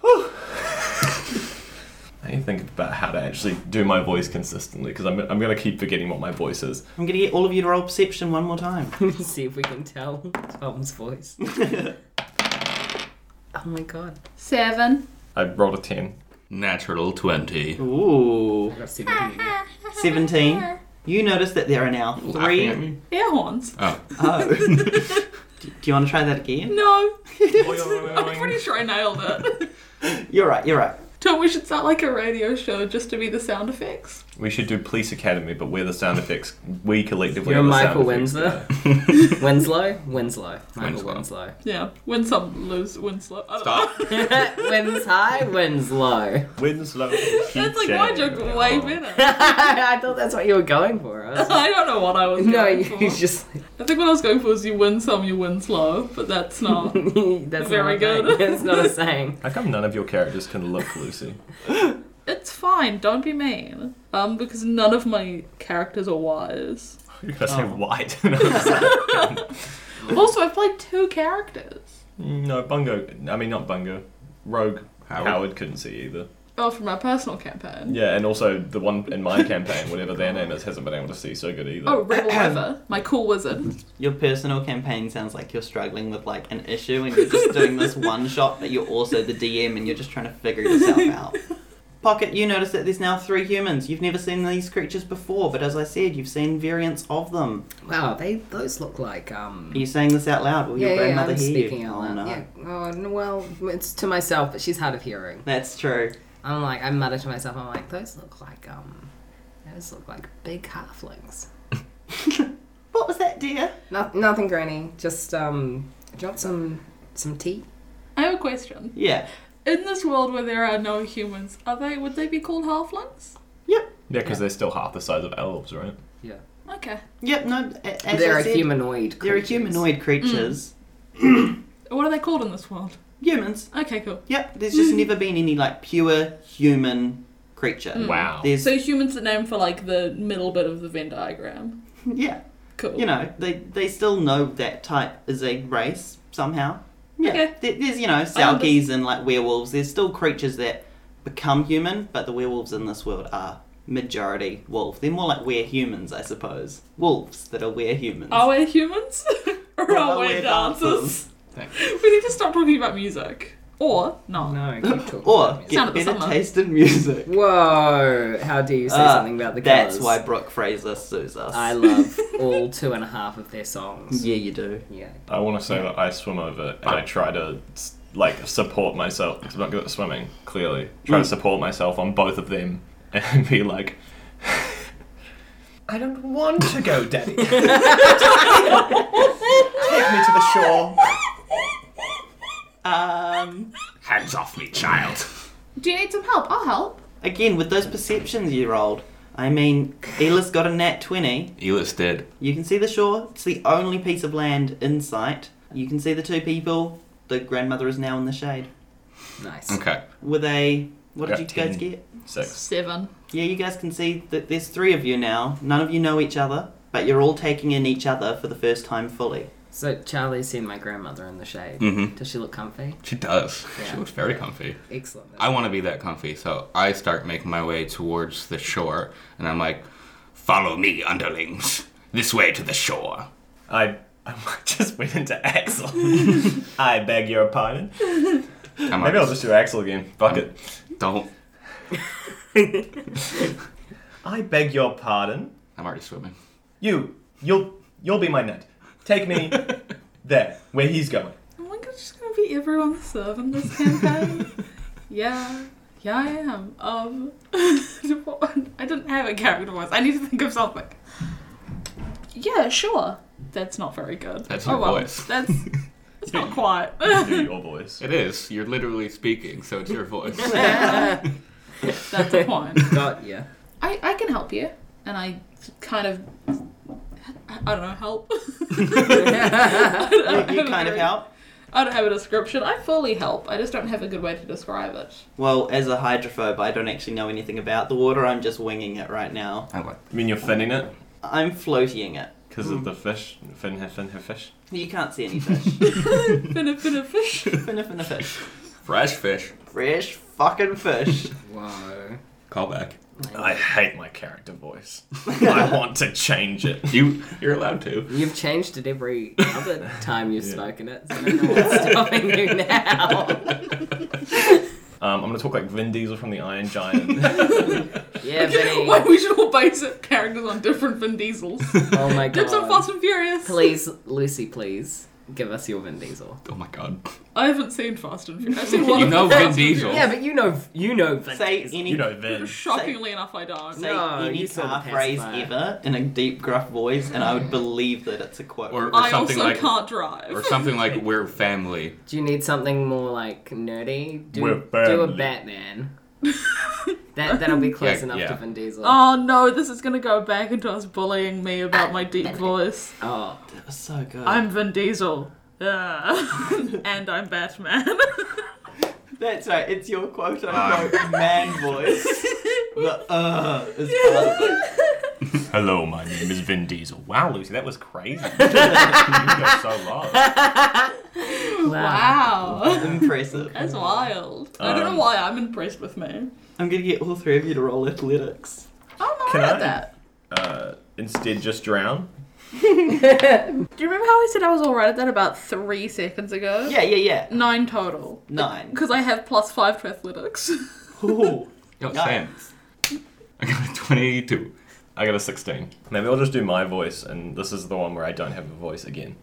B: I need to think about how to actually do my voice consistently because I'm, I'm going to keep forgetting what my voice is.
D: I'm going to get all of you to roll perception one more time.
E: See if we can tell Tom's voice. oh my god.
C: Seven.
B: I rolled a 10.
A: Natural 20.
D: Ooh.
E: I got 17.
D: 17. You notice that there are now
A: Laughing at
D: three.
A: me?
C: Air horns.
A: Oh.
D: Oh. *laughs* do, do you want to try that again?
C: *laughs* No. I'm pretty
B: Boing.
C: sure I nailed it.
D: You're right, you're right.
C: Tom, we should start like a radio show just to be the sound effects.
B: we should do Police Academy, but we're the sound effects. We collectively
E: You're
B: are the
E: Michael
B: sound effects
E: Windsor.
B: guy.
E: Winslow? Winslow. Michael
A: Winslow.
E: Winslow.
C: Yeah. Win some, lose, win slow. I don't
A: Stop.
C: know.
E: *laughs* Wins high, wins low.
C: *laughs*
B: Winslow.
C: *laughs* That's like my joke way better.
E: *laughs* I thought that's what you were going for. I was
C: *laughs*
E: like,
C: I don't know what I was
E: no,
C: going
E: you *laughs*
C: for.
E: just
C: I think what I was going for is you win some, you win slow, but that's not.
E: *laughs* that's
C: Very
E: not a
C: good.
E: Thing. That's not a saying.
B: How come none of your characters can look Lucy? *laughs*
C: It's fine. Don't be mean. Um, because none of my characters are wise.
B: You're going to say
D: Oh.
B: white. *laughs* And I was
C: *laughs*
B: like,
C: Also, I've played two characters.
B: no, Bungo. I mean, not Bungo. Rogue.
A: Howard.
B: Howard. couldn't see either.
C: Oh, from my personal campaign.
B: Yeah, and also the one in my campaign, whatever their name is, hasn't been able to see so good either.
C: Oh, Rebel River, my cool wizard.
D: Your personal campaign sounds like you're struggling with like an issue and you're just doing
E: *laughs*
D: this one shot, but you're also the DM and you're just trying to figure
E: *laughs*
D: yourself out. Pocket, you notice that there's now three humans. You've never seen these creatures before, but as I said, you've seen variants of them.
E: *laughs* Wow, they those look like um.
D: Are you saying this out loud? Will
E: yeah,
D: your
E: yeah,
D: grandmother
E: I'm
D: hear
E: speaking
D: you?
E: out
D: Oh,
E: loud.
D: no.
E: Yeah. Oh, no, well, it's to myself, but she's hard of hearing.
D: That's true.
E: I'm like, I mutter to myself. I'm like, those look like um, those look like big halflings.
D: What was that, dear?
E: No, nothing, Granny. Just um, drop some some tea.
C: I have a question.
D: Yeah.
C: In this world where there are no humans, are they? Would they be called halflings?
B: Yeah, because they're still half the size of elves, right?
C: Okay.
D: Yep, no. a- As
E: they're
D: I
E: a
D: said,
E: humanoid.
D: They're
E: creatures. Mm.
D: humanoid creatures.
C: What are they called in this world?
D: Humans.
C: Okay, cool.
D: Yep, there's just
E: Mm.
D: never been any like pure human creature.
E: Mm.
B: Wow.
D: There's,
C: So humans the name for like the middle bit of the Venn diagram.
D: yeah.
C: Cool.
D: you know, they, they still know that type is a race somehow. Yeah.
C: Okay.
D: There, there's, you know, Salkies and like werewolves. There's still creatures that become human, but the werewolves in this world are majority wolf. They're more like were humans, I suppose. Wolves that are were humans. *laughs*
C: Are we humans? *laughs* or
D: Or
C: are we dancers?
A: Thanks.
C: *laughs* We need to stop talking about music. Or not. *laughs*
E: *laughs* No, *laughs* keep talking.
D: Or
E: about music.
C: Sound
D: get
C: of the
D: better
C: Summer.
D: taste in music.
E: Whoa! How do you say
D: Ah,
E: something about the
D: that's
E: Killers?
D: why Brooke Fraser sues us.
E: I *laughs* love all two and a half of their songs.
D: yeah, you do.
E: Yeah.
B: I want to say that I swim over and I try to s- like support myself because I'm not good at swimming. Clearly, try to support myself on both of them *laughs* and be like,
F: I don't want to go, Daddy. Take me to the shore.
D: Um,
A: Hands off me, child.
C: Uh, Do you need some help? I'll help.
D: again, with those perceptions you rolled, I mean, Elis got a nat 20.
A: Elis did.
D: You can see the shore. It's the only piece of land in sight. You can see the two people. The grandmother is now in the shade.
E: Nice.
A: Okay.
D: With a. What did
B: Yeah,
D: you guys
B: 10.
D: get?
B: six.
C: Seven.
D: Yeah, you guys can see that there's three of you now. None of you know each other, but you're all taking in each other for the first time fully.
E: So Charlie's seen my grandmother in the shade.
A: Mhm.
E: Does she look comfy?
A: She does. She
E: Yeah.
A: looks very comfy.
E: Excellent.
A: I want to be that comfy, so I start making my way towards the shore, and I'm like, "Follow me, underlings, this way to the shore."
B: I, I just went into Axel. *laughs* I beg your pardon.
A: I'm
B: Maybe I'll
A: like,
B: just do Axel again. Fuck it.
A: don't.
B: I beg your pardon.
A: I'm already swimming.
B: You, you'll, you'll be my net. Take me there, where he's going.
C: Oh my god, she's gonna be everyone's servant this campaign. yeah. Yeah, I am. Um, *laughs* I didn't have a character voice. I need to think of something. Yeah, sure. That's not very good.
A: That's
C: oh,
A: your
C: well,
A: voice.
C: That's
A: *laughs*
C: it's not *laughs* quite.
B: Do your voice.
A: It is. You're literally speaking, so it's your voice.
C: That's a point.
E: Got you.
C: I, I can help you. And I kind of. I I don't know, help. *laughs*
D: You,
C: Oh,
D: you kind of help.
C: I don't have a description. I fully help. I just don't have a good way to describe it. *laughs*
D: Well, as a hydrophobe, I don't actually know anything about the water. I'm just winging it right now.
A: I like.
B: I mean, you're finning it
D: I'm floating it.
B: because of the fish. Fin, her, fin, her fish.
D: You can't see any fish.
B: *laughs*
C: Finna finna fish.
D: Finna finna fish.
A: Fresh fish.
D: Fresh fucking fish.
E: Whoa.
A: Call back.
B: I hate my character
E: *laughs*
B: voice. I want to change it.
A: You. You're allowed to.
E: You've changed it every other time you've
B: Yeah.
E: spoken it. So I don't know what's stopping you now.
B: Um, I'm gonna talk like Vin Diesel from the Iron Giant.
E: *laughs* yeah,
C: *laughs* Why
E: Vinny.
C: we should all base it- characters on different Vin Diesels.
E: Oh my
C: Dibs on
E: god.
C: Fast and Furious.
E: Please, Lucy, please give us your Vin Diesel.
A: Oh my god.
C: I haven't seen Fast and Furious. I've seen one
A: You
C: of
A: know
C: the
A: Vin
C: Fast and
A: Diesel.
E: Yeah, but you know, you know Vin
D: say
E: Diesel.
D: any
B: you know Vin.
C: Furious. Shockingly enough, I don't.
D: say
E: No,
D: any
E: you saw the
D: car
E: past
D: phrase
E: part.
D: ever in a deep gruff voice, and I would believe that it's a quote.
A: Or, or
C: I
A: something
C: also
A: like.
C: can't drive.
A: Or something
B: *laughs*
A: like we're family.
E: Do you need something more like nerdy? Do,
B: We're
E: do a
B: Batman.
E: Batman. that that'll be close
A: Yeah,
E: enough
A: yeah.
E: to Vin Diesel.
C: oh no, this is gonna go back into us bullying me about my deep voice.
E: Oh,
D: That was so good.
C: I'm Vin Diesel. Ugh. *laughs* and I'm *laughs* Batman.
D: That's right. It's your quote unquote man voice.
C: *laughs*
D: The uh is part of it.
B: Hello, my name is Vin Diesel. Wow, Lucy, that was *laughs* crazy. you got so low.
C: wow.
D: Impressive.
C: That's wild. I don't
B: Um,
C: know why I'm impressed with me.
D: I'm gonna get all three of you to roll athletics.
C: I'm not
B: Can
C: at
B: I-
C: that.
B: Uh, instead, just drown.
E: Oh. *laughs*
C: Do you remember how I said I was alright at that about three seconds ago?
D: Yeah, yeah, yeah.
C: Nine total.
D: Nine.
C: Because I have plus five to athletics.
D: Ooh.
A: Yo,
D: Yeah.
A: Sam. I got a 22.
B: I got a 16. Maybe I'll just do my voice, and this is the one where I don't have a voice again.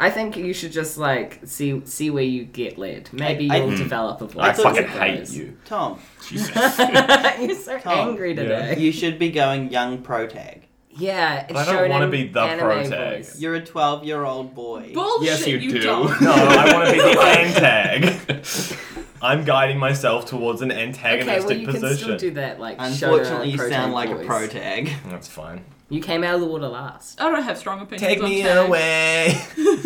E: I think you should just like see see where you get led. Maybe
D: I-
E: you'll develop a voice.
B: I,
D: I thought-
B: fucking hate you.
D: Tom,
A: Jesus.
E: *laughs* You're so
D: Tom.
E: angry
B: Yeah.
E: today.
D: you should be going young pro tag.
E: Yeah, it's
B: I don't wanna
E: shonen
B: be the
E: anime
B: protag.
E: voice.
D: You're a 12 year old boy.
C: Bullshit,
A: Yes, you
C: you,
A: do.
B: *laughs*
C: don't.
B: No, I want to be
E: *laughs*
B: the antag. I'm guiding myself towards an
E: Okay,
B: antagonistic
E: well you can
B: position.
E: still do that like
D: Unfortunately,
E: shonen
D: you
E: protag
D: sound like a
E: voice.
D: pro tag.
B: That's fine.
E: You came out of the water last.
C: I don't have strong opinions.
B: Take
C: on
B: me
C: tag.
B: away.
A: I'm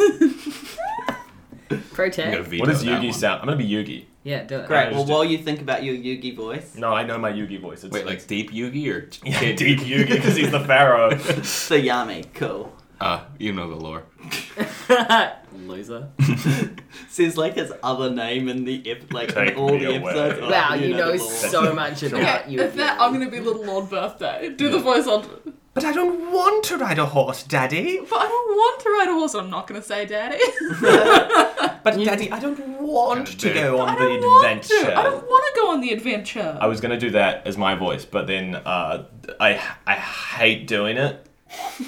A: gonna
E: Protag.
A: veto
B: What does
A: that
B: Yugi
A: one.
B: sound? I'm gonna be Yugi.
E: Yeah, do *laughs* it.
D: Great.
B: I
D: Well,
B: just-
D: while you think about your Yugi voice,
B: No, I know my Yugi voice. It's
A: Wait, like deep Yugi or
B: yeah,
A: kid
B: deep Yugi because he's the pharaoh. *laughs*
D: Sayami, cool.
A: Uh, you know the lore.
E: Loser.
D: Says like his other name in the ep- like in
B: Take
D: all
B: me
D: the
B: away.
D: episodes. Oh,
E: Wow, you
D: the
E: know
D: lore.
E: so much about
C: Okay,
E: you.
C: if that, I'm gonna be little Lord Birthday. Do the voice on.
F: But I don't want to ride a horse, Daddy.
C: But I don't want to ride a horse. I'm not going to say daddy. *laughs*
F: But Daddy, I don't want to
A: do.
F: go on
C: I
F: the
C: don't want
F: adventure.
C: to. I don't want to go on the adventure.
B: I was gonna do that as my voice, but then uh, I I hate doing it.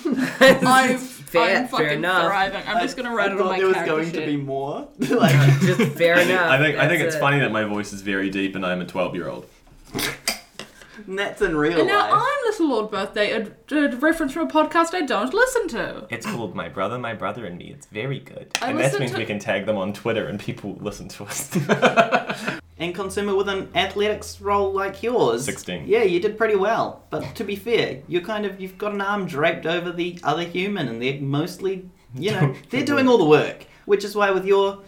C: I'm,
E: Fair-
C: I'm
E: fair
C: fucking
E: enough.
C: thriving. I'm just gonna
D: I
C: write it on
D: thought
C: my
D: there was
C: character
D: going
C: sheet.
D: to be more. *laughs* like,
C: *laughs*
E: Just fair enough.
B: I think I think
E: that's
B: it's
E: it.
B: funny that my voice is very deep and I'm a twelve year old.
D: and that's in real
C: And now
D: life.
C: I'm Little Lord Birthday, a, a reference from a podcast I don't listen to.
B: It's called My Brother, My Brother and Me. It's very good,
C: I
B: and that
C: listened
B: means
C: to-
B: we can tag them on Twitter and people *laughs* will listen to us.
D: and consumer with an athletics role like yours.
B: 16.
D: Yeah, you did pretty well. But to be fair, you're kind of you've got an arm draped over the other human, and they're mostly,
B: *laughs*
D: you know, they're doing all the work. Which is why with your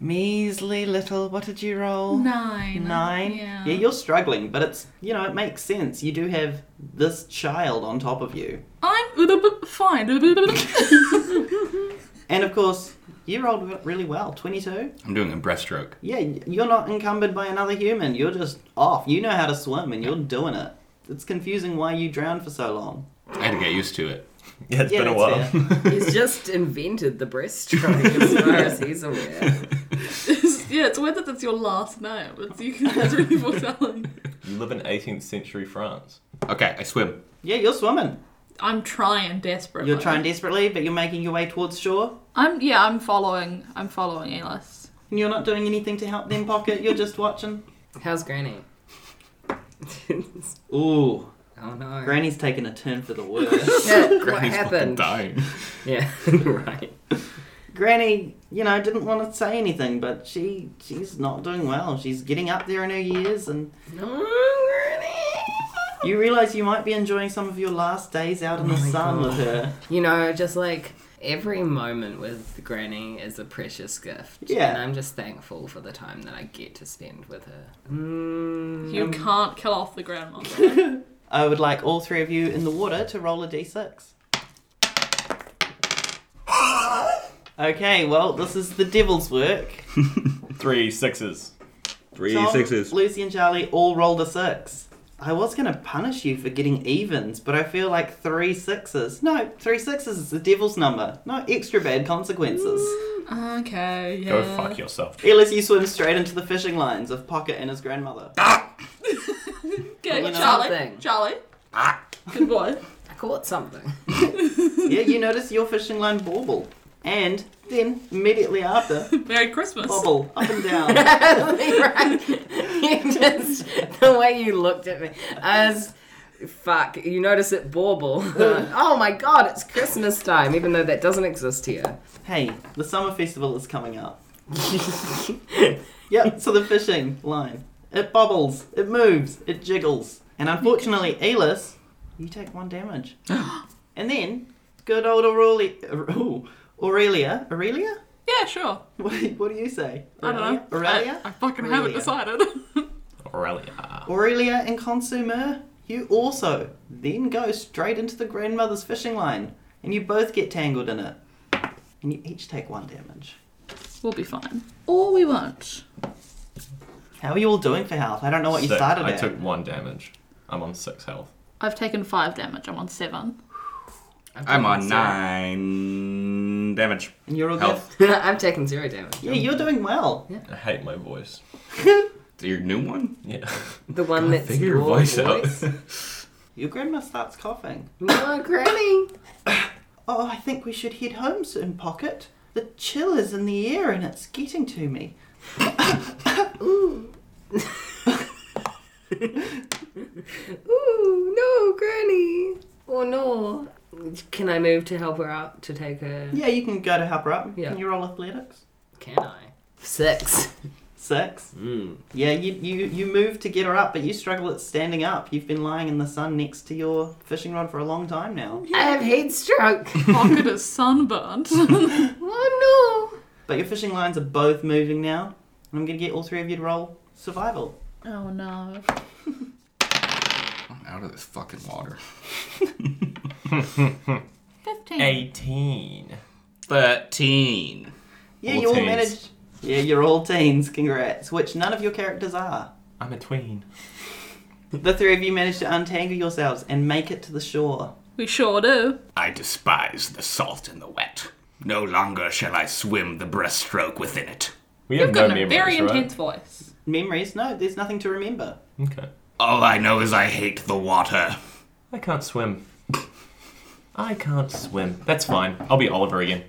D: measly little, what did you roll?
C: Nine.
D: Nine.
C: Yeah.
D: you're struggling, but it's you know it makes sense. You do have this child on top of you,
C: I'm uh, fine. *laughs*
D: and of course you rolled really well, twenty-two.
A: I'm doing a breaststroke.
D: Yeah, you're not encumbered by another human. You're just off. You know how to swim, and you're doing it. It's confusing why you drowned for so long.
A: I had to get used to it.
B: yeah, it's
D: Yeah,
B: been a while.
D: that's
B: *laughs*
E: He's just invented the breaststroke as far as
B: *laughs*
E: he's aware.
C: yeah, it's weird that that's your last name. It's, you can, that's really foretelling.
B: You live in 18th century France.
A: *laughs* Okay, I swim.
D: Yeah, you're swimming.
C: I'm trying desperately.
D: You're trying desperately, but you're making your way towards shore.
C: I'm yeah. I'm following. I'm following Elis.
D: And you're not doing anything to help them pocket. You're just watching.
E: How's Granny? *laughs* oh
D: Ooh,
E: no. *laughs*
D: Granny's taken a turn for the worse. *laughs*
E: Shit, what
A: Granny's fucking
E: happened?
A: dying.
E: Yeah, *laughs* right.
D: Granny, you know, didn't want to say anything, but she she's not doing well. She's getting up there in her years, and
E: No, Granny.
D: you realise you might be enjoying some of your last days out in the
E: Oh my
D: sun
E: God.
D: with her.
E: You know, just like every moment with Granny is a precious gift.
D: Yeah.
E: And I'm just thankful for the time that I get to spend with her. Mm,
C: You
E: um,
C: can't kill off the
D: *laughs*
C: grandma.
D: I would like all three of you in the water to roll a
E: *gasps*
D: d6. Okay, well, this is the devil's work.
B: Three sixes.
A: Three
D: Tom, Lucy and Charlie all rolled a six. I was going to punish you for getting evens, but I feel like three sixes. No, three sixes is the devil's number. No extra bad consequences.
C: okay. Yeah.
B: Go fuck yourself.
D: Ellis, you swim straight into the fishing lines of Pocket and his grandmother.
C: Okay,
D: You know
C: Charlie.
E: something.
C: Charlie.
D: Ah.
C: Good boy. *laughs*
E: I caught something. *laughs*
D: yeah, you notice your fishing line bauble. And then, immediately after,
C: Merry Christmas.
D: bobble up and down.
E: right? *laughs* You just, the way you looked at me. As fuck, you notice
D: *laughs*
E: it bauble. oh my god, it's Christmas time, even though that doesn't exist here. *laughs*
D: Hey, the summer festival is coming up. Yep, so the fishing line. It bobbles, it moves, it jiggles. And unfortunately, Elis, you take one damage. and then, good old Aurelia. *laughs* Ooh, Aurelia? Aurelia? *laughs*
C: Yeah, sure.
D: What do, you, what do you say?
C: I don't know.
D: Aurelia?
C: I, I fucking haven't
D: Aurelia.
C: decided. *laughs*
B: Aurelia.
D: Aurelia and Consumer, you also then go straight into the grandmother's fishing line. And you both get tangled in it. And you each take one damage.
C: we'll be fine. Or we won't.
D: How are you all doing for health? I don't know what you
B: Six.
D: started
B: I
D: at.
B: took one damage. I'm on six health.
C: I've taken five damage. I'm on
D: *laughs*
C: seven.
A: I'm on nine damage.
D: And you're all good.
A: Health.
E: I've taken zero damage.
D: Yeah, you're doing well.
B: I hate my voice.
A: Your new one?
B: Yeah.
E: The one that's
B: Figure your voice out. *laughs*
D: Your grandma starts coughing.
E: No, Granny.
D: Oh, I think we should head home soon, Pocket. The chill is in the air and it's getting to me.
E: Ooh, no, Granny. Oh no. Can I move to help her out to take her?
D: Yeah, you can go to help her up.
E: Yeah.
D: Can you roll athletics?
E: Can I? Six.
D: Six.
A: Hmm.
D: Yeah, you, you, you move to get her up, but you struggle at standing up. You've been lying in the sun next to your fishing rod for a long time now.
E: I have heat stroke.
C: Pocket is sunburnt.
E: oh no.
D: But your fishing lines are both moving now. And I'm going to get all three of you to roll survival.
C: *laughs* oh no.
A: I'm out of this fucking water.
C: 15.
B: 18.
A: 13.
D: Yeah,
A: All
D: you all
A: teens.
D: managed. Yeah, you're all teens. Congrats. Which none of your characters are.
B: I'm a tween.
D: The three of you manage to untangle yourselves and make it to the shore.
C: We sure do.
A: I despise the salt and the wet. No longer shall I swim the breaststroke within it.
B: We
C: You've
B: have
C: got
B: no
C: a
B: memories, right?
C: very intense voice.
D: Memories? No, there's nothing to remember.
B: Okay.
A: All I know is I hate the water.
B: I can't swim. I can't swim. That's fine. I'll be Oliver again.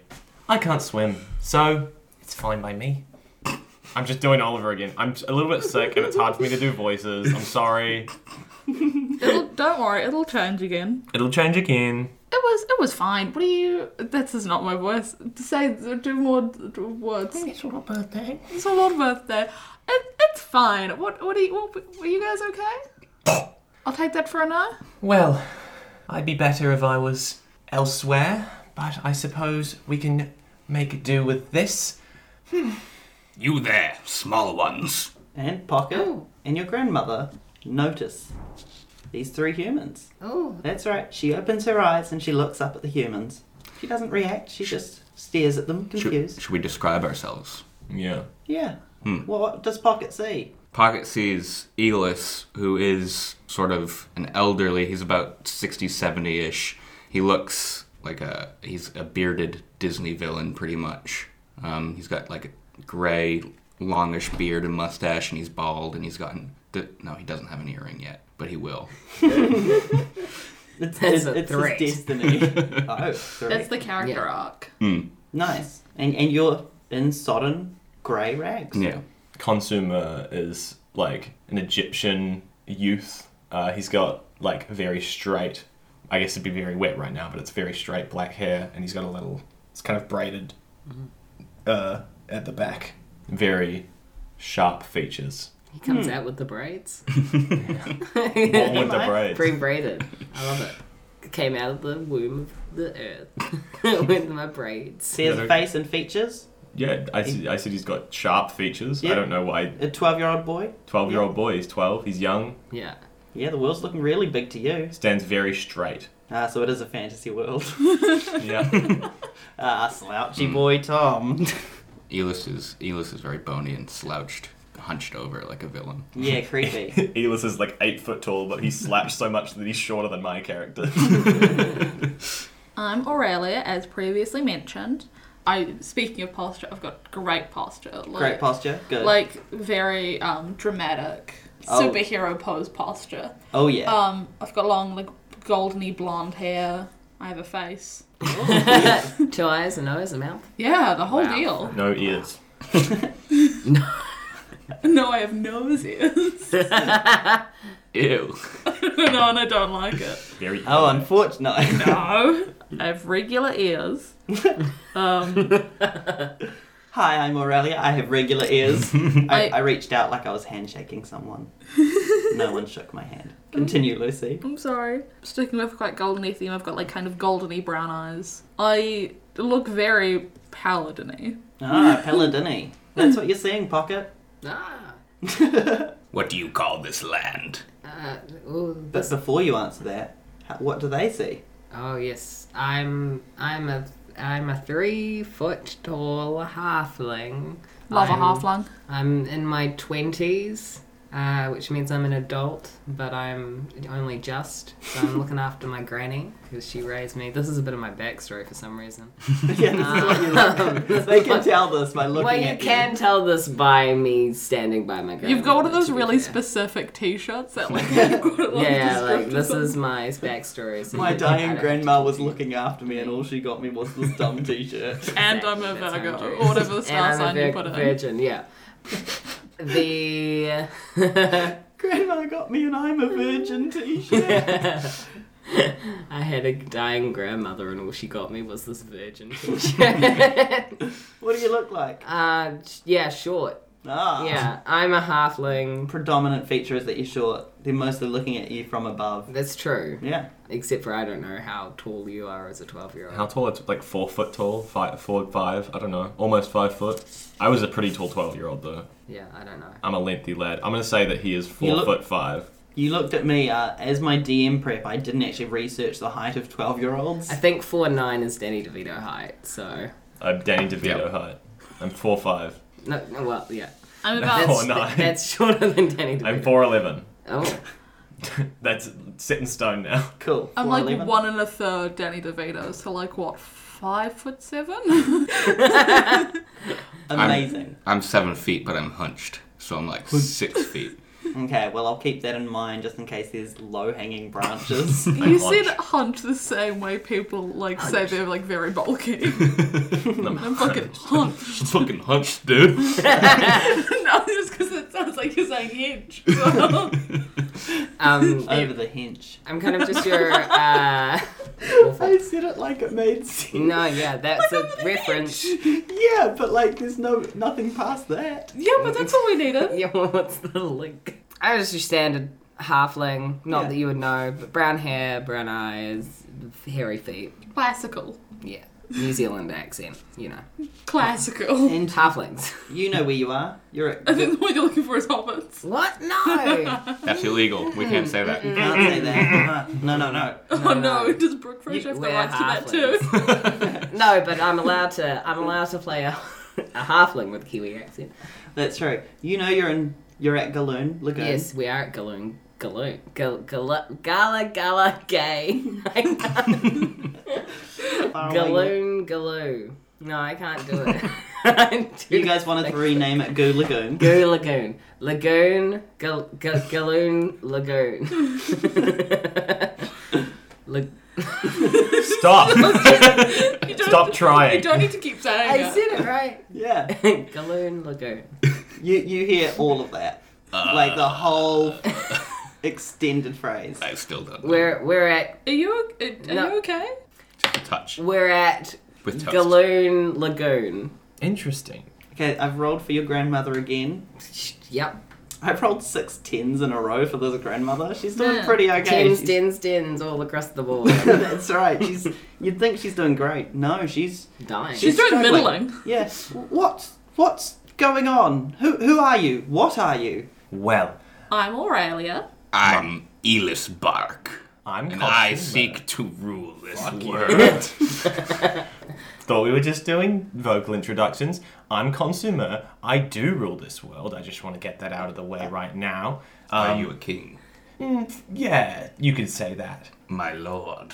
B: I can't swim, so it's fine by me. I'm just doing Oliver again. I'm a little bit sick and it's hard for me to do voices. I'm sorry.
C: It'll, don't worry, it'll change again.
B: It'll change again.
C: It was it was fine. What do you? That's is not my voice. Say do more d- d- words.
F: It's all birthday.
C: It's a lot of birthday. It, it's fine. What what are you? What, were you guys okay? I'll take that for an eye.
F: Well, I'd be better if I was elsewhere, but I suppose we can make do with this.
A: You there, small ones.
D: And Pocket and your grandmother notice these three humans.
E: Oh.
D: That's right. She opens her eyes and she looks up at the humans. She doesn't react. She just stares at them,
A: Should,
D: confused.
A: should we describe ourselves?
B: Yeah.
D: Yeah. Well, what does Pocket see?
A: Pocket sees Elis, who is sort of an elderly. He's about 60, 70 ish. He looks like a he's a bearded Disney villain, pretty much. Um, he's got like a gray, longish beard and mustache, and he's bald, and he's gotten d- no, he doesn't have an earring yet, but he will.
D: It's,
E: That's
D: it's,
E: a
D: it's
E: threat.
D: his destiny. oh, threat.
G: That's the character arc.
D: nice. And and you're in sodden grey rags.
A: Yeah,
B: Consumer is like an Egyptian youth. Uh, he's got like very straight, I guess it'd be very wet right now, but it's very straight black hair, and he's got a little, it's kind of braided uh, at the back. Very sharp features.
E: He comes
B: Hmm.
E: out with
B: *laughs*
E: the braids. *laughs*
B: What with the
D: Am I?
B: braids?
E: Pre-braided. I love it. Came out of the womb of the earth *laughs* with my braids.
D: See his
B: Yeah, they're-
D: face and features.
B: Yeah, I, see, I said he's got sharp features.
D: Yeah.
B: I don't know why.
D: A twelve-year-old boy.
B: 12 year old boy, he's 12, he's young, *laughs*
E: Yeah. *laughs*
D: Yeah, the world's looking really big to you.
B: stands very straight.
D: Ah, so it is a fantasy world.
B: Yeah.
D: ah, slouchy boy Tom. *laughs*
A: Elis is Elis is very bony and slouched, hunched over like a villain.
D: yeah, creepy.
B: *laughs* Elis is like 8 foot tall, but he slouched so much that he's shorter than my character. *laughs*
C: I'm Aurelia, as previously mentioned. I speaking of posture, I've got great posture. Like,
D: Great posture. Good.
C: Like very um, dramatic
D: Oh.
C: superhero pose posture.
D: oh yeah.
C: Um, I've got long, like goldeny blonde hair. I have a face.
E: Two eyes, a nose, a mouth. *laughs*
C: Yeah, the whole
E: Wow.
C: deal. *laughs*
B: No ears.
C: No, I have nose ears. *laughs*
E: Ah.
A: Ew.
C: no, and I don't like it.
B: Very
D: oh, *laughs* unfortunately.
C: No, *laughs* I have regular
E: *laughs*
C: ears. Um,
D: Hi, I'm Aurelia. I have regular *laughs* ears. I,
C: I-
D: I reached out like I was handshaking
E: *laughs*
D: someone. No one shook my hand. Continue, Lucy.
C: I'm sorry. Sticking with quite goldeny theme, I've got like kind of goldeny brown eyes. I look very paladiny.
D: Ah, Paladini. That's what you're seeing, Pocket.
E: Ah.
A: What do you call this land?
E: Uh, ooh,
D: But before you answer that, h- what do they see?
E: Oh yes, I'm I'm a I'm a three foot tall halfling.
C: Love
E: I'm,
C: a halfling.
E: I'm in my twenties, uh, which means I'm an adult, but I'm only just. So I'm looking *laughs* after my granny because she raised me. This is a bit of my backstory for some reason.
D: *laughs* yeah, this is what you look. They can tell this by looking
E: well, you
D: at
E: can tell this by me standing by my granny.
C: You've got one of those
E: to be *laughs*
C: really
E: fair.
C: specific T-shirts that like. *laughs*
E: *laughs*
C: you've got it on the
E: Yeah, like
C: description.
E: this is my backstory.
D: *laughs*
E: So
D: My
E: you- I
D: dying
E: *laughs* don't-
D: grandma was looking after me, and all she got me was this dumb *laughs* T-shirt.
C: And I'm a
E: Exactly, that's how
C: Virgo,
E: it
C: or
E: is.
C: whatever the
E: *laughs* And
C: star
E: I'm a
C: sign you
E: vir-
C: put it in.
E: Virgin, yeah. the *laughs*
D: grandma got me an "I'm a Virgin" T-shirt.
E: I had a dying grandmother, and all she got me was this virgin t-shirt.
D: what do you look like?
E: *laughs* uh, yeah, short.
D: Ah,
E: Yeah, I'm a halfling.
D: Predominant feature is that you're short. They're mostly looking at you from above.
E: That's true.
D: Yeah.
E: Except for I don't know how tall you are as a
B: How
E: 12-year-old.
B: tall? It's like four foot tall, five, four, five. I don't know, almost five foot. I was a pretty tall twelve-year-old though.
E: Yeah, I don't know.
B: I'm a lengthy lad. I'm gonna say that he is
D: You
B: four
D: look-
B: foot five.
D: You looked at me uh, as my DM prep. I didn't actually research the height of twelve-year-olds.
E: I think four nine is Danny DeVito height. So
B: I'm Danny DeVito
A: Yep.
B: height. I'm four five.
E: no, no well, yeah.
C: I'm
B: That's-
C: about
B: Four nine.
E: That's shorter than Danny DeVito.
B: I'm four eleven.
E: Oh,
B: That's set in stone now.
D: Cool.
G: I'm
D: Four
G: like
D: eleven.
G: one and a third Danny DeVito, so like what, five foot seven?
D: Amazing.
A: I'm seven feet, but I'm hunched, so I'm like six feet. *laughs*
D: Okay, well I'll keep that in mind just in case there's low hanging
E: *laughs*
D: branches.
G: *laughs*
D: *laughs*
G: you
B: hunch.
G: said hunch the same way people like say they're like very bulky. I'm fucking hunched.
A: I'm fucking hunched,
G: *laughs*
A: dude.
G: no, just because it sounds like you're saying hinge. Well,
B: *laughs*
E: Um,
D: Over the hinge.
E: I'm kind of just your. Uh,
D: I
E: awful.
D: said it like it made sense.
E: no, yeah, that's a reference.
D: Yeah, but like there's no nothing past that.
G: yeah, but that's all we needed.
E: Yeah, *laughs* well, what's the link? I was your standard halfling. Not
D: Yeah.
E: that you would know, but brown hair, brown eyes, hairy feet.
G: Classical.
E: Yeah, New Zealand accent. You know,
G: Classical.
D: And
E: halflings.
D: you know where you are. You're *laughs* at
G: *laughs* I think the one you're looking for is hobbits.
E: What? No.
A: That's illegal. We can't say that.
D: can't say that. *laughs* No, no, no.
G: Oh no, does Brooke
E: You-
G: Fresh have the
E: we're
G: rights to that too?
A: *laughs*
E: halflings. no, but I'm allowed to. I'm allowed to play a, a halfling with a Kiwi accent.
D: That's true. You know you're in you're at Galoon Lagoon.
E: Yes, we are at Galoon. Galoon. Gal, gala, gala, gala, gay. *laughs*
A: *laughs*
D: Far away.
E: Galoon, galoo. No, I can't do
A: *laughs*
E: *laughs* it.
D: You guys wanted to rename it Goo
E: *laughs*
D: Lagoon. *laughs*
E: Goo Lagoon. Lagoon, gal, gal, Galoon, Lagoon. Lag-
B: Stop.
G: You don't
B: *laughs*
G: have
B: Stop
G: to-
B: trying.
G: You don't need to keep saying
E: I
G: it.
E: said it right.
D: Yeah.
E: *laughs* Galoon, Lagoon.
D: You you hear all of that. like
B: Uh. *laughs*
D: the whole extended phrase.
A: I still don't. know.
E: We're, we're at,
G: Are you o- are
E: No.
G: you okay?
A: touch
E: we're at
A: with toast.
E: Galoon, Lagoon.
B: Interesting.
D: Okay, I've rolled for your grandmother again.
E: Yep.
D: I rolled six tens in a row for this grandmother. She's doing
G: Yeah.
D: pretty okay.
E: Tens,
D: She's-
E: dens, dens all across the
D: *laughs*
E: board.
D: That's right. She's. You'd think she's doing great. No, she's.
E: Dying.
G: She's doing
D: struggling.
G: middling.
D: Yes. What? What's going on? Who? Who are you? What are you?
B: Well,
G: I'm Aurelia.
A: I'm Elis Bark,
B: I'm.
A: and
B: called
A: I
B: Simba.
A: seek to rule this world. *laughs*
B: Word. Thought we were just doing vocal introductions. I'm consumer. I do rule this world. I just want to get that out of the way right now.
A: Are
B: Um,
A: you a king,
B: mm, yeah, you could say that.
A: my lord?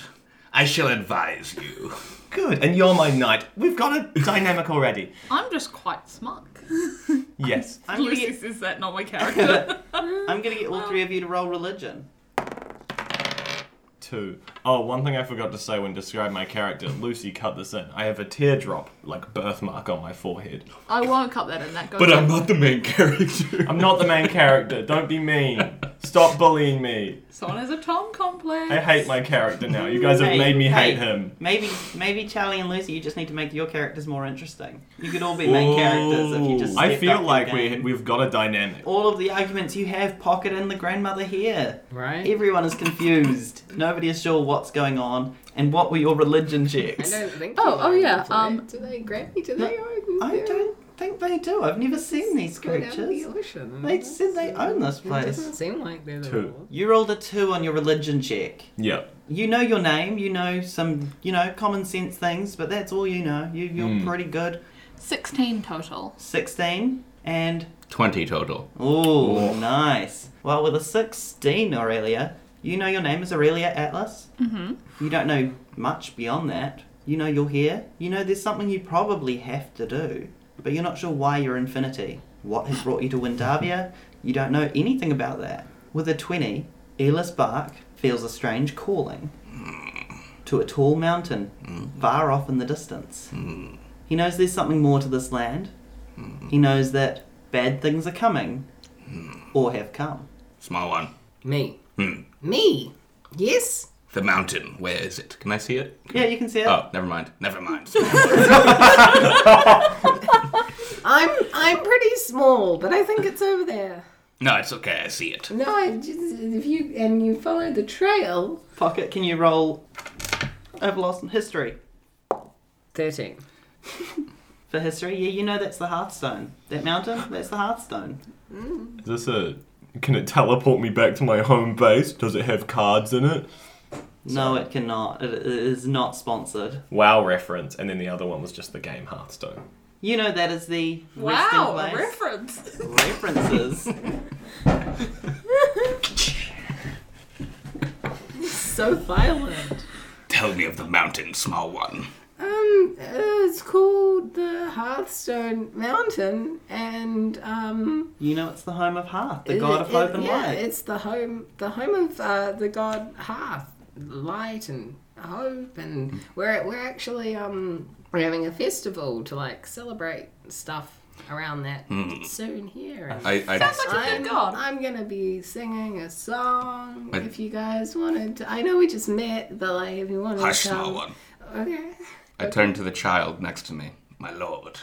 A: I shall advise you.
B: Good. And you're my knight. We've got a dynamic already.
G: I'm just quite smug.
B: Yes.
D: I'm gonna
G: Lucy's
D: get.
G: is that not my character?
D: I'm gonna get all three of you to roll religion.
B: Two. Oh, one thing I forgot to say when describing my character, Lucy cut this in. I have a teardrop, like birthmark on my forehead.
G: I won't cut that in. That goes.
A: But
G: in.
A: I'm not the main *laughs* character.
B: I'm not the main character. Don't be mean. Stop bullying me.
G: Someone has a Tom complex.
B: I hate my character now. You guys have
D: Hey,
B: made me
D: hey,
B: hate him.
D: Maybe, maybe Charlie and Lucy, you just need to make your characters more interesting. You could all be main characters if you just.
B: I
D: stepped up
B: feel
D: your
B: like we
D: game.
B: we've got a dynamic.
D: All of the arguments you have pocket in the grandmother here.
E: right?
D: Everyone is confused. Nobody is sure what's going on. And what were your religion
E: I
D: checks?
E: don't think.
G: Oh,
E: you
G: oh
E: are
G: yeah.
E: into
G: Um,
E: it.
G: do they grab me? Do
D: No,
G: own?
D: I don't think they do. I've never seen these
E: Go down to the
D: creatures.
E: ocean.
D: They said they own this
E: It
D: place.
E: doesn't seem like they're the
B: Two.
E: law.
D: You rolled a two on your religion check.
B: Yeah.
D: You know your name. You know some, you know, common sense things, but that's all you know. You, you're
B: Hmm.
D: pretty good.
G: Sixteen total.
D: Sixteen and
A: Twenty total.
D: oh, nice. Well, with a sixteen, Aurelia, you know your name is Aurelia Atlas.
G: Mm-hmm.
D: You don't know much beyond that. You know you're here. You know there's something you probably have to do, but you're not sure why you're infinity. What has brought you to Windavia? You don't know anything about that. With a 20, Elis Bark feels a strange calling to a tall mountain far off in the distance. He knows there's something more to this land. He knows that bad things are coming or have come.
A: Small one.
E: Me.
A: Hmm.
E: Me. Yes.
A: The mountain. Where is it? Can I see it?
D: Yeah, you can see it.
A: Oh, never mind. Never mind.
E: I'm. I'm pretty small, but I think it's over there.
A: no, it's okay. I see it.
E: No, I just, if you and you follow the trail.
D: Pocket, can you roll? I've lost history.
E: Thirteen.
D: for history. Yeah, you know that's the Hearthstone. That mountain, that's the Hearthstone.
B: Is this a? Can it teleport me back to my home base? Does it have cards in it?
D: No, it cannot. It it is not sponsored.
B: Wow reference, and then the other one was just the game Hearthstone.
D: You know that is the
G: Wow, a
D: resting place.
G: reference.
D: references.
E: so violent.
A: Tell me of the mountain, small one.
E: Um, uh, it's called the Hearthstone Mountain, and um,
D: *laughs* You know it's the home of Hearth, the
E: it-
D: god of
E: it-
D: hope and
E: yeah,
D: light.
E: It's the home, the home of uh, the god Hearth, light and hope, and we're we're actually um we're having a festival to like celebrate stuff around that soon here. And
A: I, I,
G: Sounds like a
E: I'm,
G: good god.
E: I'm gonna be singing a song.
A: I-
E: if you guys wanted, to, I know we just met, but like if you wanted
A: hush,
E: to come,
A: small one.
E: okay.
A: I turn to the child next to me. My lord,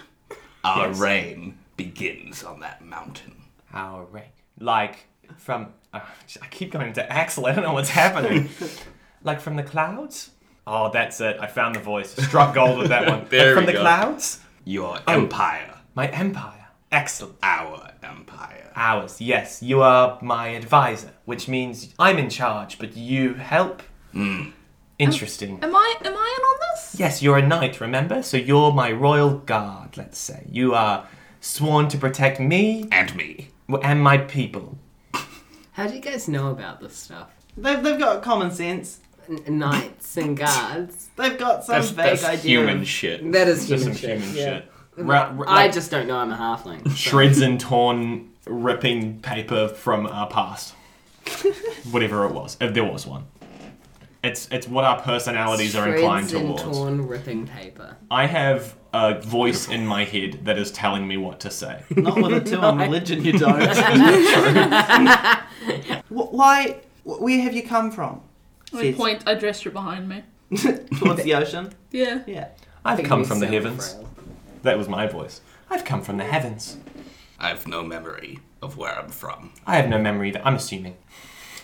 A: our reign begins on that mountain.
F: Our rain. Like from. Uh, I keep going into Axel. I don't know what's
B: *laughs*
F: happening. like from the clouds? Oh, that's it. I found the voice. Struck gold with
B: *laughs*
F: that one.
A: There
F: from
A: we
F: the
A: go.
F: clouds?
A: Your empire,
F: My empire. Excellent.
A: our empire.
F: Ours. Yes, you are my advisor, which means I'm in charge, but you help.
B: Hmm.
F: Interesting.
G: Am I am I in on this?
F: Yes, you're a knight, remember? So you're my royal guard, let's say. You are sworn to protect me
A: And me.
F: and my people.
E: How do you guys know about this stuff?
D: They've, they've got common sense.
E: N- knights and guards.
D: They've got some
A: That's,
D: vague
A: that's
D: idea.
A: human
D: of-
A: shit.
E: That is
B: Just
E: human
B: some
E: shit.
B: human
E: yeah.
B: shit. Ra- ra-
E: I
B: like
E: just don't know. I'm a
B: *laughs*
E: halfling. so-
B: shreds and torn, ripping paper from our past. Whatever it was, if there was one. It's it's what our personalities are inclined
E: Shreds and
B: towards.
E: torn ripping paper.
B: I have a voice in my head that is telling me what to say.
D: Not with a two on religion, you don't. *laughs* Wh- Why? wh- Where have you come from?
G: I
D: Says-
G: point I dressed you behind me.
D: Towards the ocean.
G: Yeah.
D: Yeah.
F: I've
E: Think
F: come
E: we
F: from the
E: sound
F: heavens.
E: frail.
B: That was my voice.
F: I've come from the heavens.
A: I have no memory of where I'm from.
F: I have no memory that I'm assuming.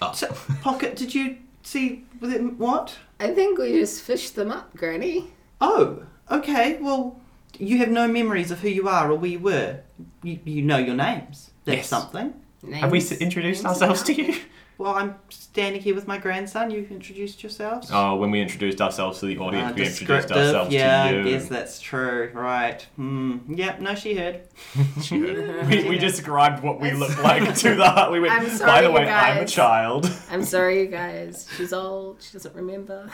A: Oh, *laughs*
D: So, Pocket, did you see with it- what?
E: I think we just fished them up, Granny.
D: Oh, okay. Well, you have no memories of who you are or where you were. You, you know your names. That's
F: Yes.
D: something.
F: Have we
E: Names-
F: s- introduced
E: names
F: ourselves to
E: about-
F: you?
D: Well, I'm standing here with my grandson. You've introduced yourselves.
B: *laughs* Oh, when we introduced ourselves to the
D: Uh,
B: audience, we introduced
D: descriptive.
B: ourselves
D: yeah,
B: to
D: I
B: you.
D: guess that's true. Right. Hmm. Yep. No, she heard.
B: We, we described what we looked like to the. We went.
E: I'm
B: By
E: sorry,
B: the way,
E: you
B: I'm a
E: guys."
B: child.
E: I'm sorry, you guys. She's old. She doesn't remember.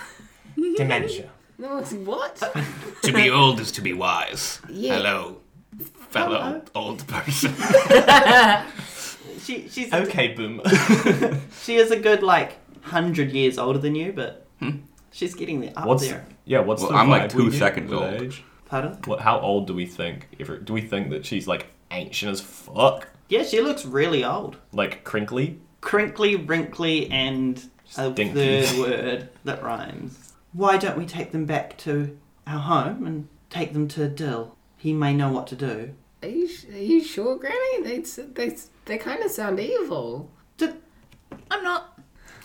E: *laughs*
F: Dementia.
E: No,
F: *laughs*
E: it's- what?
A: to be old is to be wise.
E: Yeah.
A: Hello, fellow old person.
D: She she's
B: Okay, boom.
D: she is a good like hundred years older than you, but she's getting there up
B: Hmm. What's
D: there.
B: yeah? What's
A: Well,
B: the
A: I'm like
B: vibe we
A: two
B: get
A: seconds
B: with
A: old.
B: age?
D: Pardon?
B: What? How old do we think? If do we think that she's like ancient as fuck,
D: Yeah, she looks really old.
B: like crinkly?
D: crinkly, wrinkly, and a
B: Stinky.
D: third word that rhymes. Why don't we take them back to our home and take them to Dill? He may know what to do.
E: Are you, s- are you sure, Granny? They s- they s- they kind of sound evil.
G: I'm not.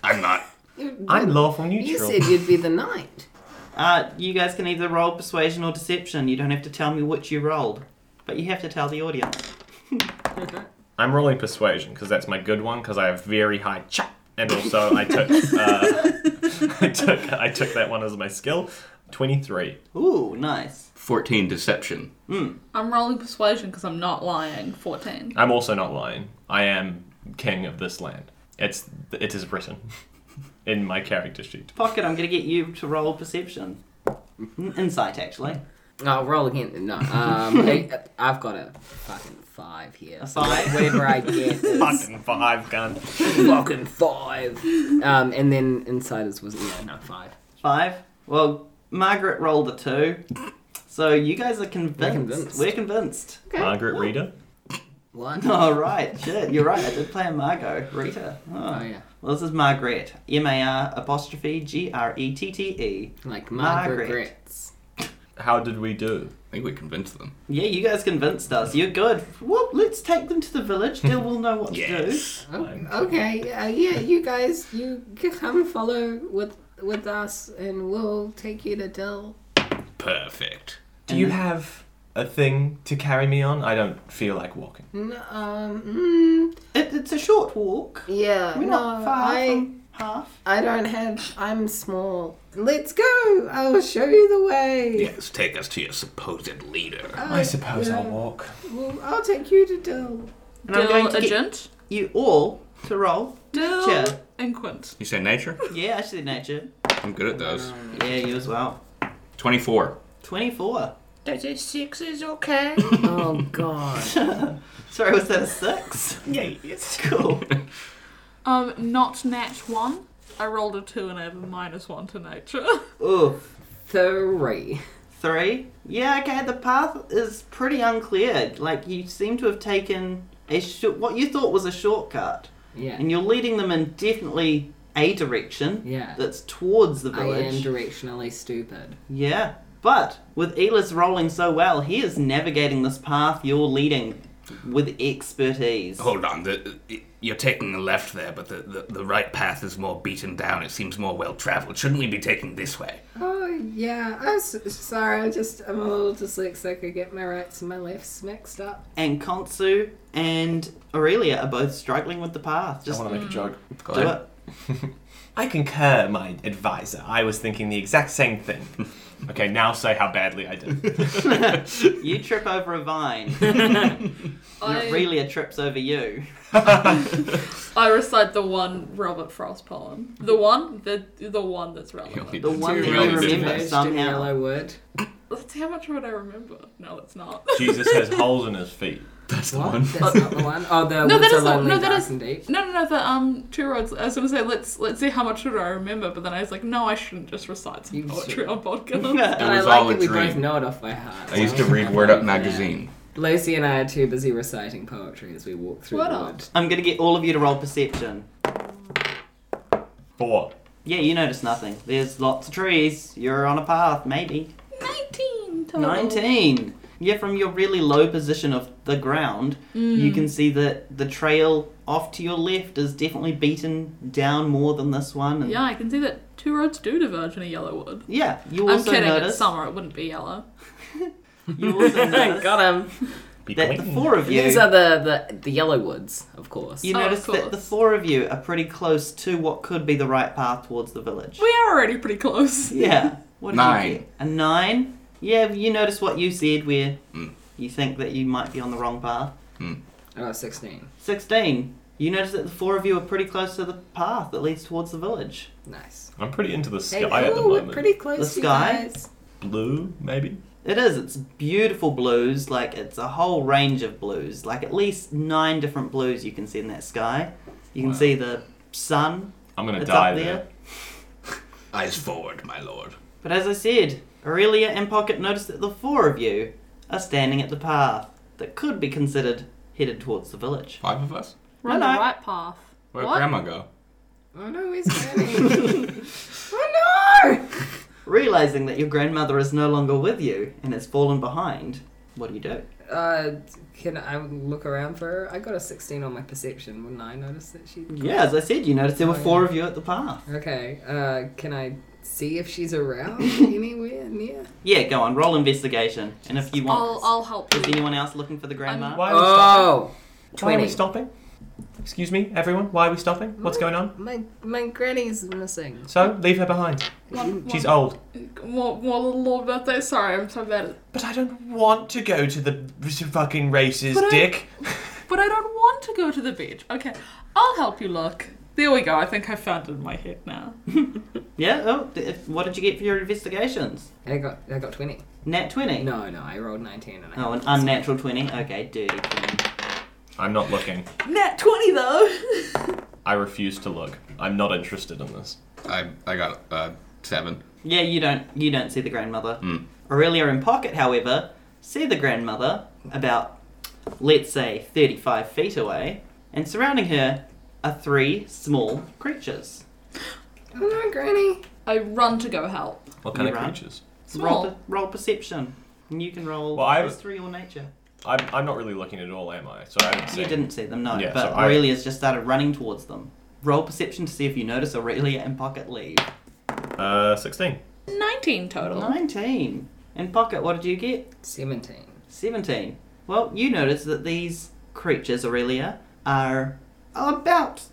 A: I'm not.
E: You,
F: I'm lawful
E: you
F: neutral.
E: said you'd be the knight.
D: Uh, you guys can either roll persuasion or deception. You don't have to tell me which you rolled, but you have to tell the audience.
B: I'm rolling persuasion because that's my good one because I have very high chop, and also I took uh, *laughs* I took I took that one as my skill. Twenty three.
D: Ooh, nice.
A: 14 deception.
G: I'm rolling persuasion because I'm not lying. Fourteen.
B: I'm also not lying. I am king of this land. It's it is written *laughs* in my character sheet.
D: Pocket, I'm gonna get you to roll perception. Mm, Insight, actually.
E: *laughs* Oh, roll again. No, *laughs* um, I, I've got a fucking five here.
D: A five? *laughs*
E: *laughs* Whatever
F: *laughs*
E: I get is
B: Fucking five gun.
E: fucking five. Um, and then Insiders was, yeah, no, five.
D: Five. Well, Margaret rolled a two. So you guys are
E: convinced.
D: convinced. We're convinced.
B: Margaret Reader.
D: *laughs*
E: One.
D: Oh, right. Shit, you're right. I did play a Margot. Rita. Oh.
E: Oh, yeah.
D: Well, this is Margaret. M A R apostrophe G R E T T E.
E: Like
D: Margaret.
E: Margaret. Regrets.
B: How did we do?
A: I think we convinced them.
D: Yeah, you guys convinced us. You're good. Whoop, let's take them to the village. Dill will know what
A: Yes.
E: Oh, okay, uh, yeah, you guys, you c- come follow with with us and we'll take you to Dill.
A: Perfect.
F: Do
B: Mm.
F: you have a thing to carry me on? I don't feel like walking.
E: N- um, mm,
D: to do. It, it's a short walk.
E: yeah,
D: We're
E: no,
D: not far
E: I,
D: from half.
E: I don't have, I'm small. Let's go, I'll show you the way.
A: Yes, take us to your supposed leader.
F: I suppose I'll walk.
E: Well, I'll take you to Dill.
D: And I'm
G: Dill
D: going to get
G: agent.
D: you all to roll.
G: Dill
D: Cheer.
C: and Quint.
A: You say nature?
D: Yeah, I said nature.
A: I'm good at those.
D: Yeah, you as well.
A: 24.
D: 24.
C: That is six is okay.
E: Oh god.
D: Sorry, was that a six?
B: Yeah, it's
D: Cool.
C: um, not nat one. I rolled a two and I have a minus one to nature.
D: Oof.
E: *laughs* Three.
D: Three. Yeah, okay, the path is pretty unclear. Like, you seem to have taken a sh- what you thought was a shortcut,
E: Yeah.
D: and you're leading them in definitely a direction
E: Yeah.
D: that's towards the
E: I
D: village.
E: am directionally stupid.
D: Yeah, but with Elis rolling so well, he is navigating this path you're leading with expertise.
A: Hold on. The, you're taking the left there, but the, the, the right path is more beaten down. It seems more well traveled. Shouldn't we be taking this way?
E: Oh yeah. I'm s- sorry. I just I'm a little dyslexic. I get my rights and my lefts mixed up.
D: And Konsu and Aurelia are both struggling with the path.
B: I
D: Just
B: want to make a joke.
D: do it.
F: I concur, my advisor. I was thinking the exact same
D: *laughs*
F: thing. okay, now say how badly I did.
D: You trip over a
E: *laughs*
D: vine.
G: *laughs* I,
D: Aurelia trips over you.
G: I recite the one Robert Frost poem. The one, the the one that's relevant.
D: The one
E: Two
D: that
E: reds
D: you
A: relatives
D: remember
E: emerged in
D: somehow.
E: yellow wood.
G: That's how much would I remember? No, it's not.
F: Jesus has holes in his feet.
A: That's the
E: What?
A: one.
E: That's not the one. Oh, the
C: No,
E: woods
C: that
E: are
C: is the-
E: lonely,
C: no, that
E: dark
C: is-
E: and
C: *laughs*
E: deep.
C: No, no, no. The um two roads. I was gonna say let's let's see how much do I remember, but then I was like, no, I shouldn't just recite some
E: You
C: poetry
E: should.
C: on
D: *laughs*
C: podcast.
A: It
E: And I
A: was
E: like
A: all
E: that
A: a
E: we both
A: dream.
E: know it off by heart.
A: I used to read Word Up magazine.
E: Lucy and I are too busy reciting poetry as we walk through
G: Word
E: the
G: Up.
E: wood.
D: I'm gonna get all of you to roll perception.
F: Four.
D: Yeah, you notice nothing. There's lots of trees. You're on a path, maybe.
C: Nineteen total.
D: 19. Yeah, from your really low position of the ground,
C: Mm.
D: you can see that the trail off to your left is definitely beaten down more than this one. And
C: Yeah, I can see that two roads do diverge in a yellow wood.
D: yeah, you
C: I'm
D: also
C: kidding. It's
D: notice.
C: summer. It wouldn't be yellow.
D: You
C: *laughs*
D: also notice
E: *laughs* Got him.
D: that the four of you.
E: These are the, the, the yellow woods, of course.
D: You
C: Oh, of
D: notice that the
C: course.
D: four of you are pretty close to what could be the right path towards the village.
C: We are already pretty
D: *laughs*
C: close.
D: Yeah. What did you
A: Nine.
D: get? A nine? Yeah, you notice what you said where you think that you might be on the wrong path.
E: Oh, 16.
D: 16. You notice that the four of you are pretty close to the path that leads towards the village.
E: Nice.
F: I'm pretty into the
E: Hey,
F: sky at the
E: ooh, we're
F: moment.
E: pretty close
D: The
E: you
D: sky?
E: guys.
F: Blue, maybe?
D: It is. It's beautiful blues. Like, it's a whole range of blues. Like, at least nine different blues you can see in that sky. You can see the sun.
F: I'm gonna
D: It's
F: die
D: up there.
F: there.
A: Eyes forward, my lord.
D: But as I said, Aurelia and Pocket notice that the four of you are standing at the path that could be considered headed towards the village.
A: Five of us?
C: We're on the
D: Hello.
C: right path.
A: Where'd
C: What?
A: Grandma go?
E: Oh no, he's standing. *laughs* oh no!
D: Realizing that your grandmother is no longer with you and has fallen behind, what do you do?
E: Uh, can I look around for her? I got a 16 on my perception. Wouldn't I notice that she?
D: Yeah, as I said, you noticed there were
E: Oh,
D: four
E: yeah.
D: of you at the path.
E: Okay. Uh, can I see if she's *laughs* around anywhere near?
D: Yeah, go on, roll investigation. And if you want,
C: I'll I'll help
D: is
C: you.
D: anyone else looking for the grandma?
F: Why are we stopping?
E: Oh,
F: Why are we
E: 20.
F: stopping? Excuse me, everyone. Why are we stopping? What's going on?
E: My my granny's missing.
F: So leave her behind.
C: One-
F: She's
C: one-
F: old.
C: More more little Lord birthday. Sorry, I'm so bad. at
F: But I don't want to go to the fucking races,
C: But I-
F: Dick. *laughs*
C: But I don't want to go to the beach. Okay, I'll help you look. There we go. I think I found it in my head now.
D: Yeah, oh, d- if, what did you get for your investigations?
E: I got I got 20.
D: Nat 20.
E: No, no, I rolled 19 and I.
D: Oh, an unnatural 20. Okay, dirty 20.
F: I'm not looking.
C: Net twenty though. *laughs*
F: I refuse to look. I'm not interested in this.
A: I, I got uh, seven.
D: Yeah, you don't you don't see the grandmother.
F: Mm.
D: Aurelia and Pocket, however, see the grandmother about let's say thirty five feet away, and surrounding her are three small creatures.
E: Oh no, granny.
C: I run to go help.
F: What kind
D: You
F: of
D: run?
F: creatures?
D: Roll
C: Small.
D: per- roll perception. And you can roll
F: Well, I-
D: history or nature.
F: I'm, I'm not really looking at all, am I? So I haven't seen.
D: You didn't see them, no.
F: Yeah,
D: but
F: so I-
D: Aurelia's just started running towards them. Roll perception to see if you notice Aurelia and Pocket leave.
F: Uh, 16.
C: Nineteen
F: Oh.
C: total.
D: Nineteen. And Pocket, what did you get?
E: 17.
D: 17. Well, you notice that these creatures, Aurelia, are about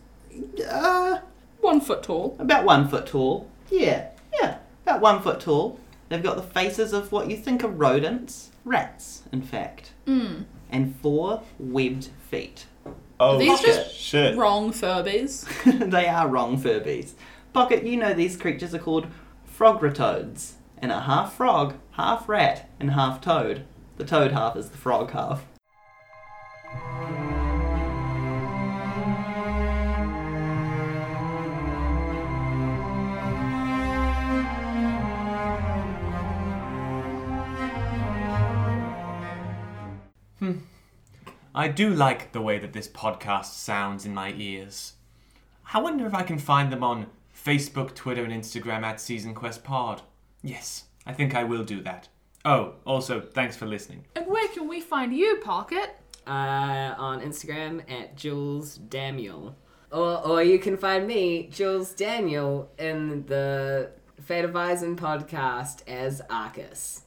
D: uh,
C: One foot tall.
D: about one foot tall. Yeah, yeah, about one foot tall. They've got the faces of what you think are rodents, rats, in fact,
C: Mm.
D: and four webbed feet. *laughs*
H: Oh,
I: these
H: shit.
I: just-
H: shit.
I: Wrong Furbies.
D: they are wrong Furbies. Pocket, you know these creatures are called frogrotodes and are half frog, half rat, and half toad. The toad half is the frog half.
B: I do like the way that this podcast sounds in my ears. I wonder if I can find them on Facebook, Twitter, and Instagram at Season Quest Pod. Yes, I think I will do that. Oh, also, thanks for listening.
C: And where can we find you, Pocket?
E: uh, on Instagram at Jules Daniel. Or, or you can find me, Jules Daniel, in the Fate of Eisen podcast as Arcus.